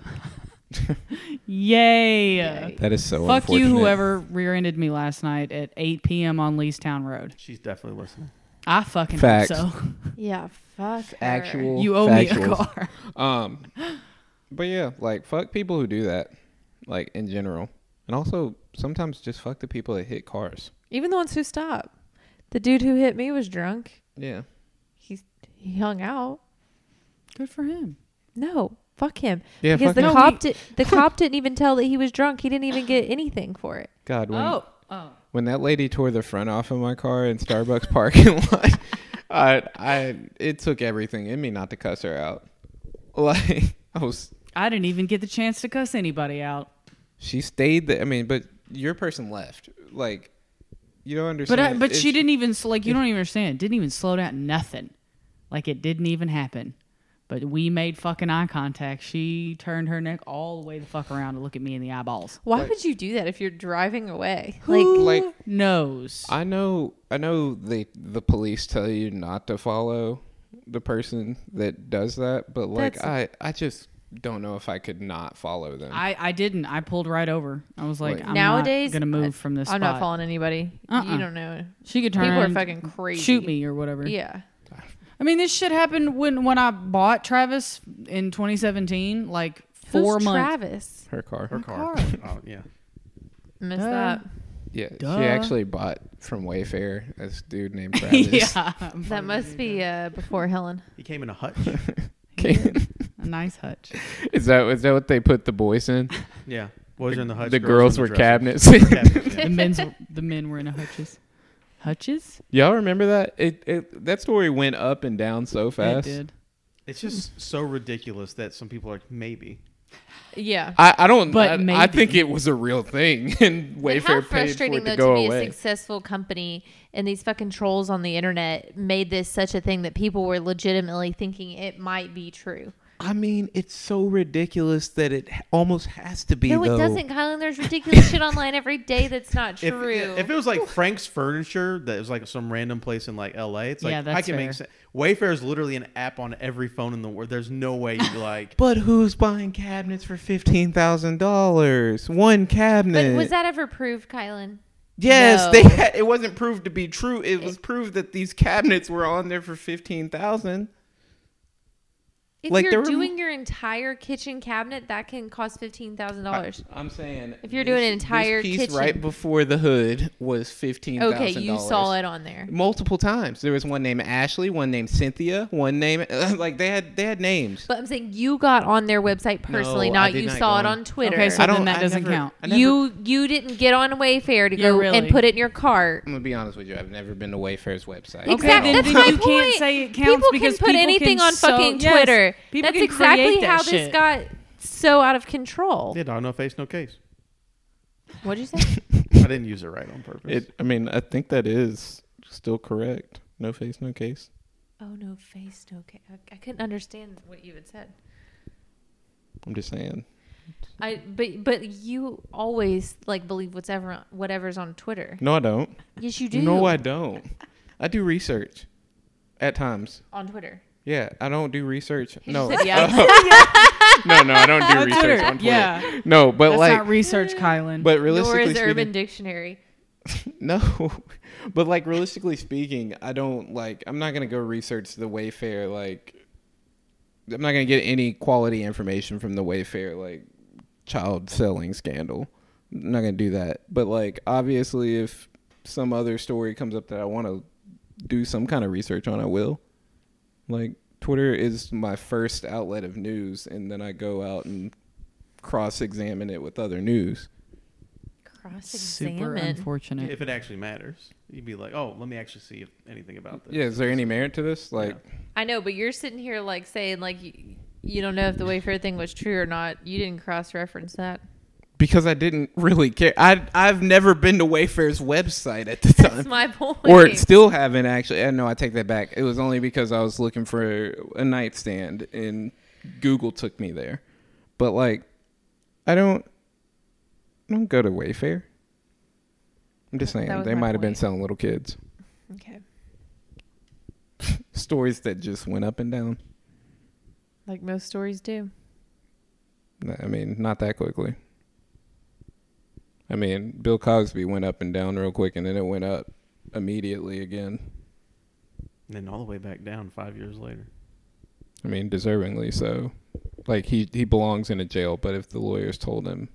Yay! Yay. That is so Fuck you, unfortunate. whoever rear-ended me last night at 8 p.m. on Leestown Road. she's definitely listening. I fucking hope Facts. so. Yeah, fuck. her. Actual You owe me a factuals. car. Um, But yeah, like fuck people who do that, like in general, and also sometimes just fuck the people that hit cars. Even the ones who stop. The dude who hit me was drunk. Yeah, He he hung out. Good for him. No, fuck him. yeah. because Fuck the him. No, cop we- did, the cop didn't even tell that he was drunk. He didn't even get anything for it. God, when oh, oh. when that lady tore the front off of my car in Starbucks parking lot, I I it took everything in me not to cuss her out. Like I was, I didn't even get the chance to cuss anybody out. she stayed. The, I mean, but your person left. Like you don't understand. But I, but It's- she didn't even sl- like you don't even understand. Didn't even slow down. Nothing. Like it didn't even happen. But we made fucking eye contact. She turned her neck all the way the fuck around to look at me in the eyeballs. Why Like- would you do that if you're driving away? Who Like like- knows? I know I know they the police tell you not to follow the person that does that, but like That's- I I just don't know if I could not follow them. I, I didn't. I pulled right over. I was like, Like- I'm nowadays, not gonna I- move from this. I'm spot. not following anybody. Uh-uh. You don't know. She could turn. People are around, fucking crazy. Shoot me or whatever. Yeah. I mean, this shit happened when when I bought Travis in 2017. Like four Who's months. Travis her car. Her car. car. oh, yeah. missed Duh. that. Yeah, Duh. she actually bought from Wayfair this dude named Travis. yeah. That must be uh, before Helen. He came in a hutch. Okay. A nice hutch. Is that is that what they put the boys in? yeah. Boys are in the hutch. the girls in were the cabinets. dresses. Cabinets, The men's the men were in a hutches. Hutches? Y'all remember that? It, it that story went up and down so I fast. did. It's just so ridiculous that some people are like, maybe. Yeah. I, I don't. But I, I maybe. think it was a real thing, and But Wayfair how paid for frustrating it though to, to go be a away. successful company and these fucking trolls on the internet made this such a thing that people were legitimately thinking it might be true. I mean, it's so ridiculous that it h- almost has to be. No, it though. doesn't, Kylan. There's ridiculous shit online every day that's not If, true. if it was like Frank's Furniture, that was like some random place in like L.A., it's like Yeah, that's I can fair. make sense. Wayfair is literally an app on every phone in the world. There's no way you like. But who's buying cabinets for fifteen thousand dollars? One cabinet. but was that ever proved, Kylan? No. Yes, they had, it wasn't proved to be true. It was proved that these cabinets were on there for fifteen thousand. If Like, there you're were- doing your entire kitchen cabinet, that can cost fifteen thousand dollars. I'm saying If you're doing an entire piece kitchen- right before the hood was fifteen thousand. Okay, you saw it on there. multiple times. There was one named Ashley, one named Cynthia, one name like they had they had names. But I'm saying you got on their website personally, I not did you not saw go it on. on Twitter. Okay, so I don't- then that I doesn't never- count. I never- you you didn't get on Wayfair to Yeah, go really. and put it in your cart. I'm gonna be honest with you. I've never been to Wayfair's website. Okay, Exactly. Then, That's then my you can't point. say it counts People can because put people anything can on so- fucking yes, Twitter. people That's can exactly create that how this shit. got so out of control. Yeah, dog, no face, no case. What'd you say? I didn't use it right on purpose. I mean, I think that is still correct. No face, no case. oh no, face no. ca- I, I couldn't understand what you had said. I'm just saying. I but but you always like believe what's ever whatever's on Twitter. No, I don't. Yes, you do. No, I don't. I do research at times. on Twitter. Yeah, I don't do research. No, said yeah. no, no, I don't do On research Twitter. on Twitter. Yeah. No, but That's like, not research, Kylan. but Nor realistically is speaking, Urban Dictionary. no, but like realistically speaking, I don't like. I'm not gonna go research the Wayfair. Like, I'm not gonna get any quality information from the Wayfair like child selling scandal. I'm not gonna do that. But like, obviously, if some other story comes up that I want to do some kind of research on, I will. Like, Twitter is my first outlet of news, and then I go out and cross-examine it with other news. Cross super examine. unfortunate. if it actually matters, you'd be like, oh, let me actually see if anything about this. Yeah, is there any merit to this? Like. Yeah. I know, but you're sitting here like saying like you, you don't know if the Wayfair thing was true or not. You didn't cross reference that. because I didn't really care. I I've never been to Wayfair's website at the time, That's my point. or still haven't actually. Uh, No, I take that back. It was only because I was looking for a nightstand and Google took me there. But like, I don't I don't go to Wayfair. I'm just That- that saying was they my might have been point. selling little kids okay, stories that just went up and down. like most stories do. I mean, not that quickly. I mean, Bill Cosby went up and down real quick, and then it went up immediately again. And then all the way back down five years later. I mean, deservingly so. Like he he belongs in a jail, but if the lawyers told him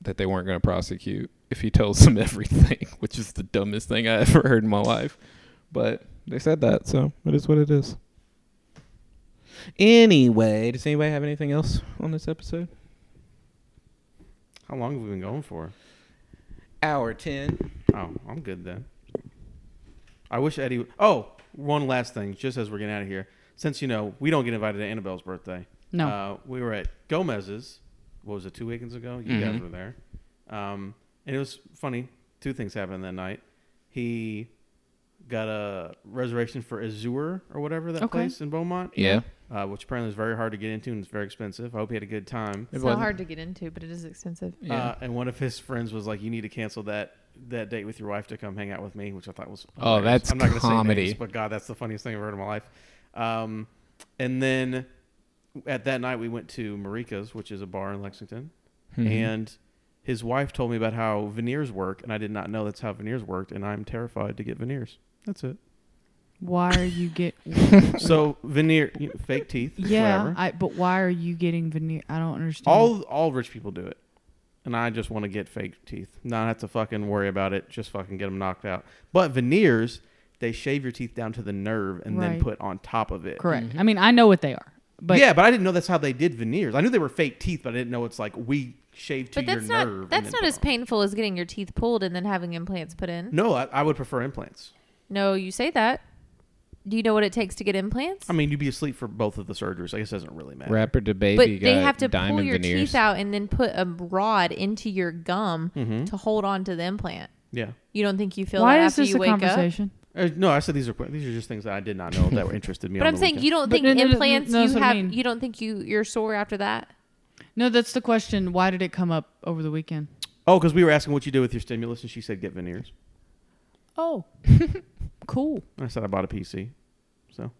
that they weren't going to prosecute, if he tells them everything, which is the dumbest thing I ever heard in my life, but they said that, so it is what it is. Anyway, does anybody have anything else on this episode? How long have we been going for? Hour ten. Oh, I'm good then. I wish Eddie. Would, oh, one last thing, just as we're getting out of here, since you know we don't get invited to Annabelle's birthday. No. uh, we were at Gomez's. What was it? Two weekends ago, you guys Mm-hmm. Mhm. were there, um, and it was funny. Two things happened that night. He got a reservation for Azure or whatever that Okay. place in Beaumont, Yeah. uh, which apparently is very hard to get into and it's very expensive. I hope he had a good time. It's not wasn't- hard to get into, but it is expensive. Yeah. Uh, and one of his friends was like, "You need to cancel that that date with your wife to come hang out with me," which I thought was Oh, hilarious. that's I'm not gonna say comedy. names, but God, that's the funniest thing I've heard in my life. Um, and then at that night, we went to Marika's, which is a bar in Lexington, Mhm. and his wife told me about how veneers work, and I did not know that's how veneers worked, and I'm terrified to get veneers. That's it. Why are you get? So veneer, you know, fake teeth. yeah, whatever. I, but why are you getting veneer? I don't understand. Mm. All all rich people do it, and I just want to get fake teeth, not have to fucking worry about it. Just fucking get them knocked out. But veneers, they shave your teeth down to the nerve and then Right. put on top of it. correct. Mm-hmm. I mean, I know what they are, but yeah, but I didn't know that's how they did veneers. I knew they were fake teeth, but I didn't know it's like we shave to But your nerve. that's not and that's then not put as on. painful as getting your teeth pulled and then having implants put in. No, I, I would prefer implants. No, you say that. Do you know what it takes to get implants? I mean, you'd be asleep for both of the surgeries. I guess it doesn't really matter. Rapper to baby. uh, but got they have to diamond pull your veneers. teeth out and then put a rod into your gum Mm-hmm. to hold on to the implant. Yeah. You don't think you feel why that is after this you a wake up? conversation? Uh, no, I said these are que- these are just things that I did not know that were interested me. But on I'm the saying weekend. you don't But think no, no, no, no, implants no, that's you what I have mean. you don't think you you're sore after that? No, that's the question. Why did it come up over the weekend? Oh, because we were asking what you do with your stimulus, and she said get veneers. Oh, cool. I said I bought a PC. So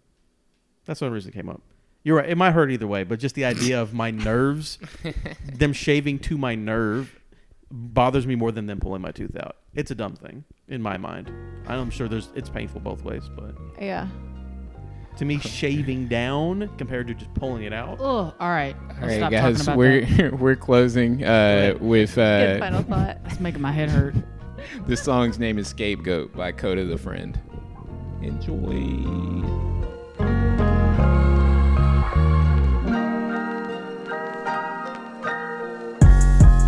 that's the only reason it came up. You're right. It might hurt either way, but just the idea of my nerves, them shaving to my nerve, bothers me more than them pulling my tooth out. It's a dumb thing in my mind. I'm sure there's it's painful both ways, but Yeah. to me, shaving down compared to just pulling it out. Ugh. All right. I'll All right, stop talking guys, about we're that. we're closing uh, with Good uh, final thought. It's making my head hurt. this song's name is "Scapegoat" by Coda the Friend. Enjoy.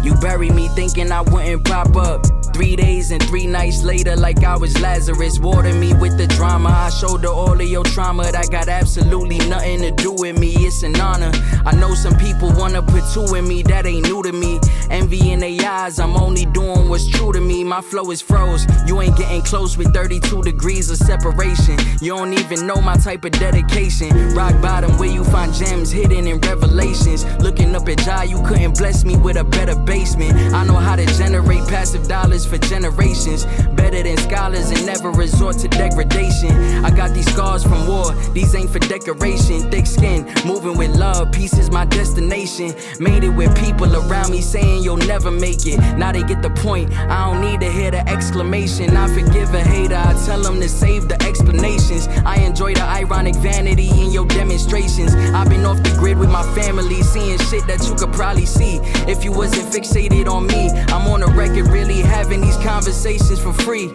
You buried me thinking I wouldn't pop up. Three days and three nights later, like I was Lazarus. Water me with the drama. I shoulder all of your trauma that got absolutely nothing to do with me. It's an honor. I know some people wanna put two in me that ain't new to me. Envy in their eyes, I'm only doing what's true to me. My flow is froze. You ain't getting close with 32 degrees of separation. You don't even know my type of dedication. Rock bottom, where you find gems hidden in revelations. Looking up at Jai, you couldn't bless me with a better basement. I know how to generate passive dollars for generations. Better than scholars and never resort to degradation. I got these scars from war, these ain't for decoration. Thick skin, moving with love, peace is my destination. Made it with people around me saying you'll never make it. Now they get the point, I don't need to hear the exclamation. I forgive a hater, I tell them to save the explanations. I enjoy the ironic vanity in your demonstrations. I've been off the grid with my family, seeing shit that you could probably see if you wasn't fixated on me. I'm on the record, really having these conversations for free.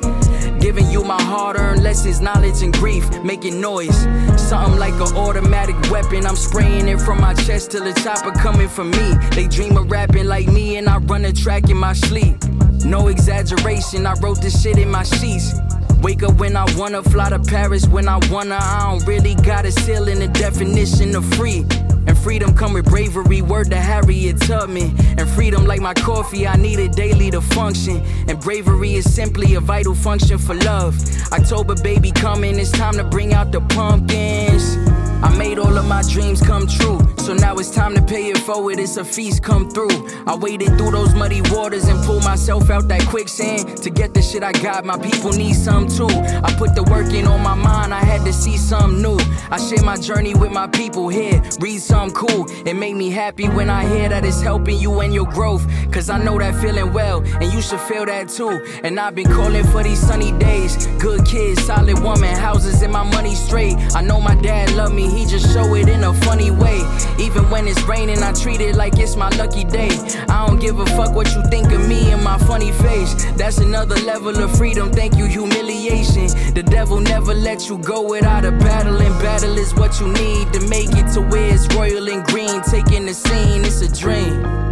Giving you my hard earned lessons, knowledge, and grief, making noise. Something like an automatic weapon, I'm spraying it from my chest till the chopper coming for me. They dream of rapping like me, and I run a track in my sleep. No exaggeration, I wrote this shit in my sheets. Wake up when I wanna, fly to Paris when I wanna. I don't really got a ceiling, the definition of free. And freedom come with bravery, word to Harriet Tubman. And freedom like my coffee, I need it daily to function. And bravery is simply a vital function for love. October baby coming, it's time to bring out the pumpkins. I made all of my dreams come true. So now it's time to pay it forward. It's a feast come through. I waded through those muddy waters and pulled myself out that quicksand to get the shit I got. My people need some too. I put the work in on my mind. I had to see something new. I share my journey with my people here. Read some cool. It made me happy when I hear that it's helping you and your growth. Cause I know that feeling well, and you should feel that too. And I've been calling for these sunny days. Good kids, solid woman, houses and my money straight. I know my dad loved me, he just showed it in a funny way. Even when it's raining, I treat it like it's my lucky day. I don't give a fuck what you think of me and my funny face. That's another level of freedom. Thank you, humiliation. The devil never lets you go without a battle, and battle is what you need to make it to where it's royal and green. Taking the scene, it's a dream.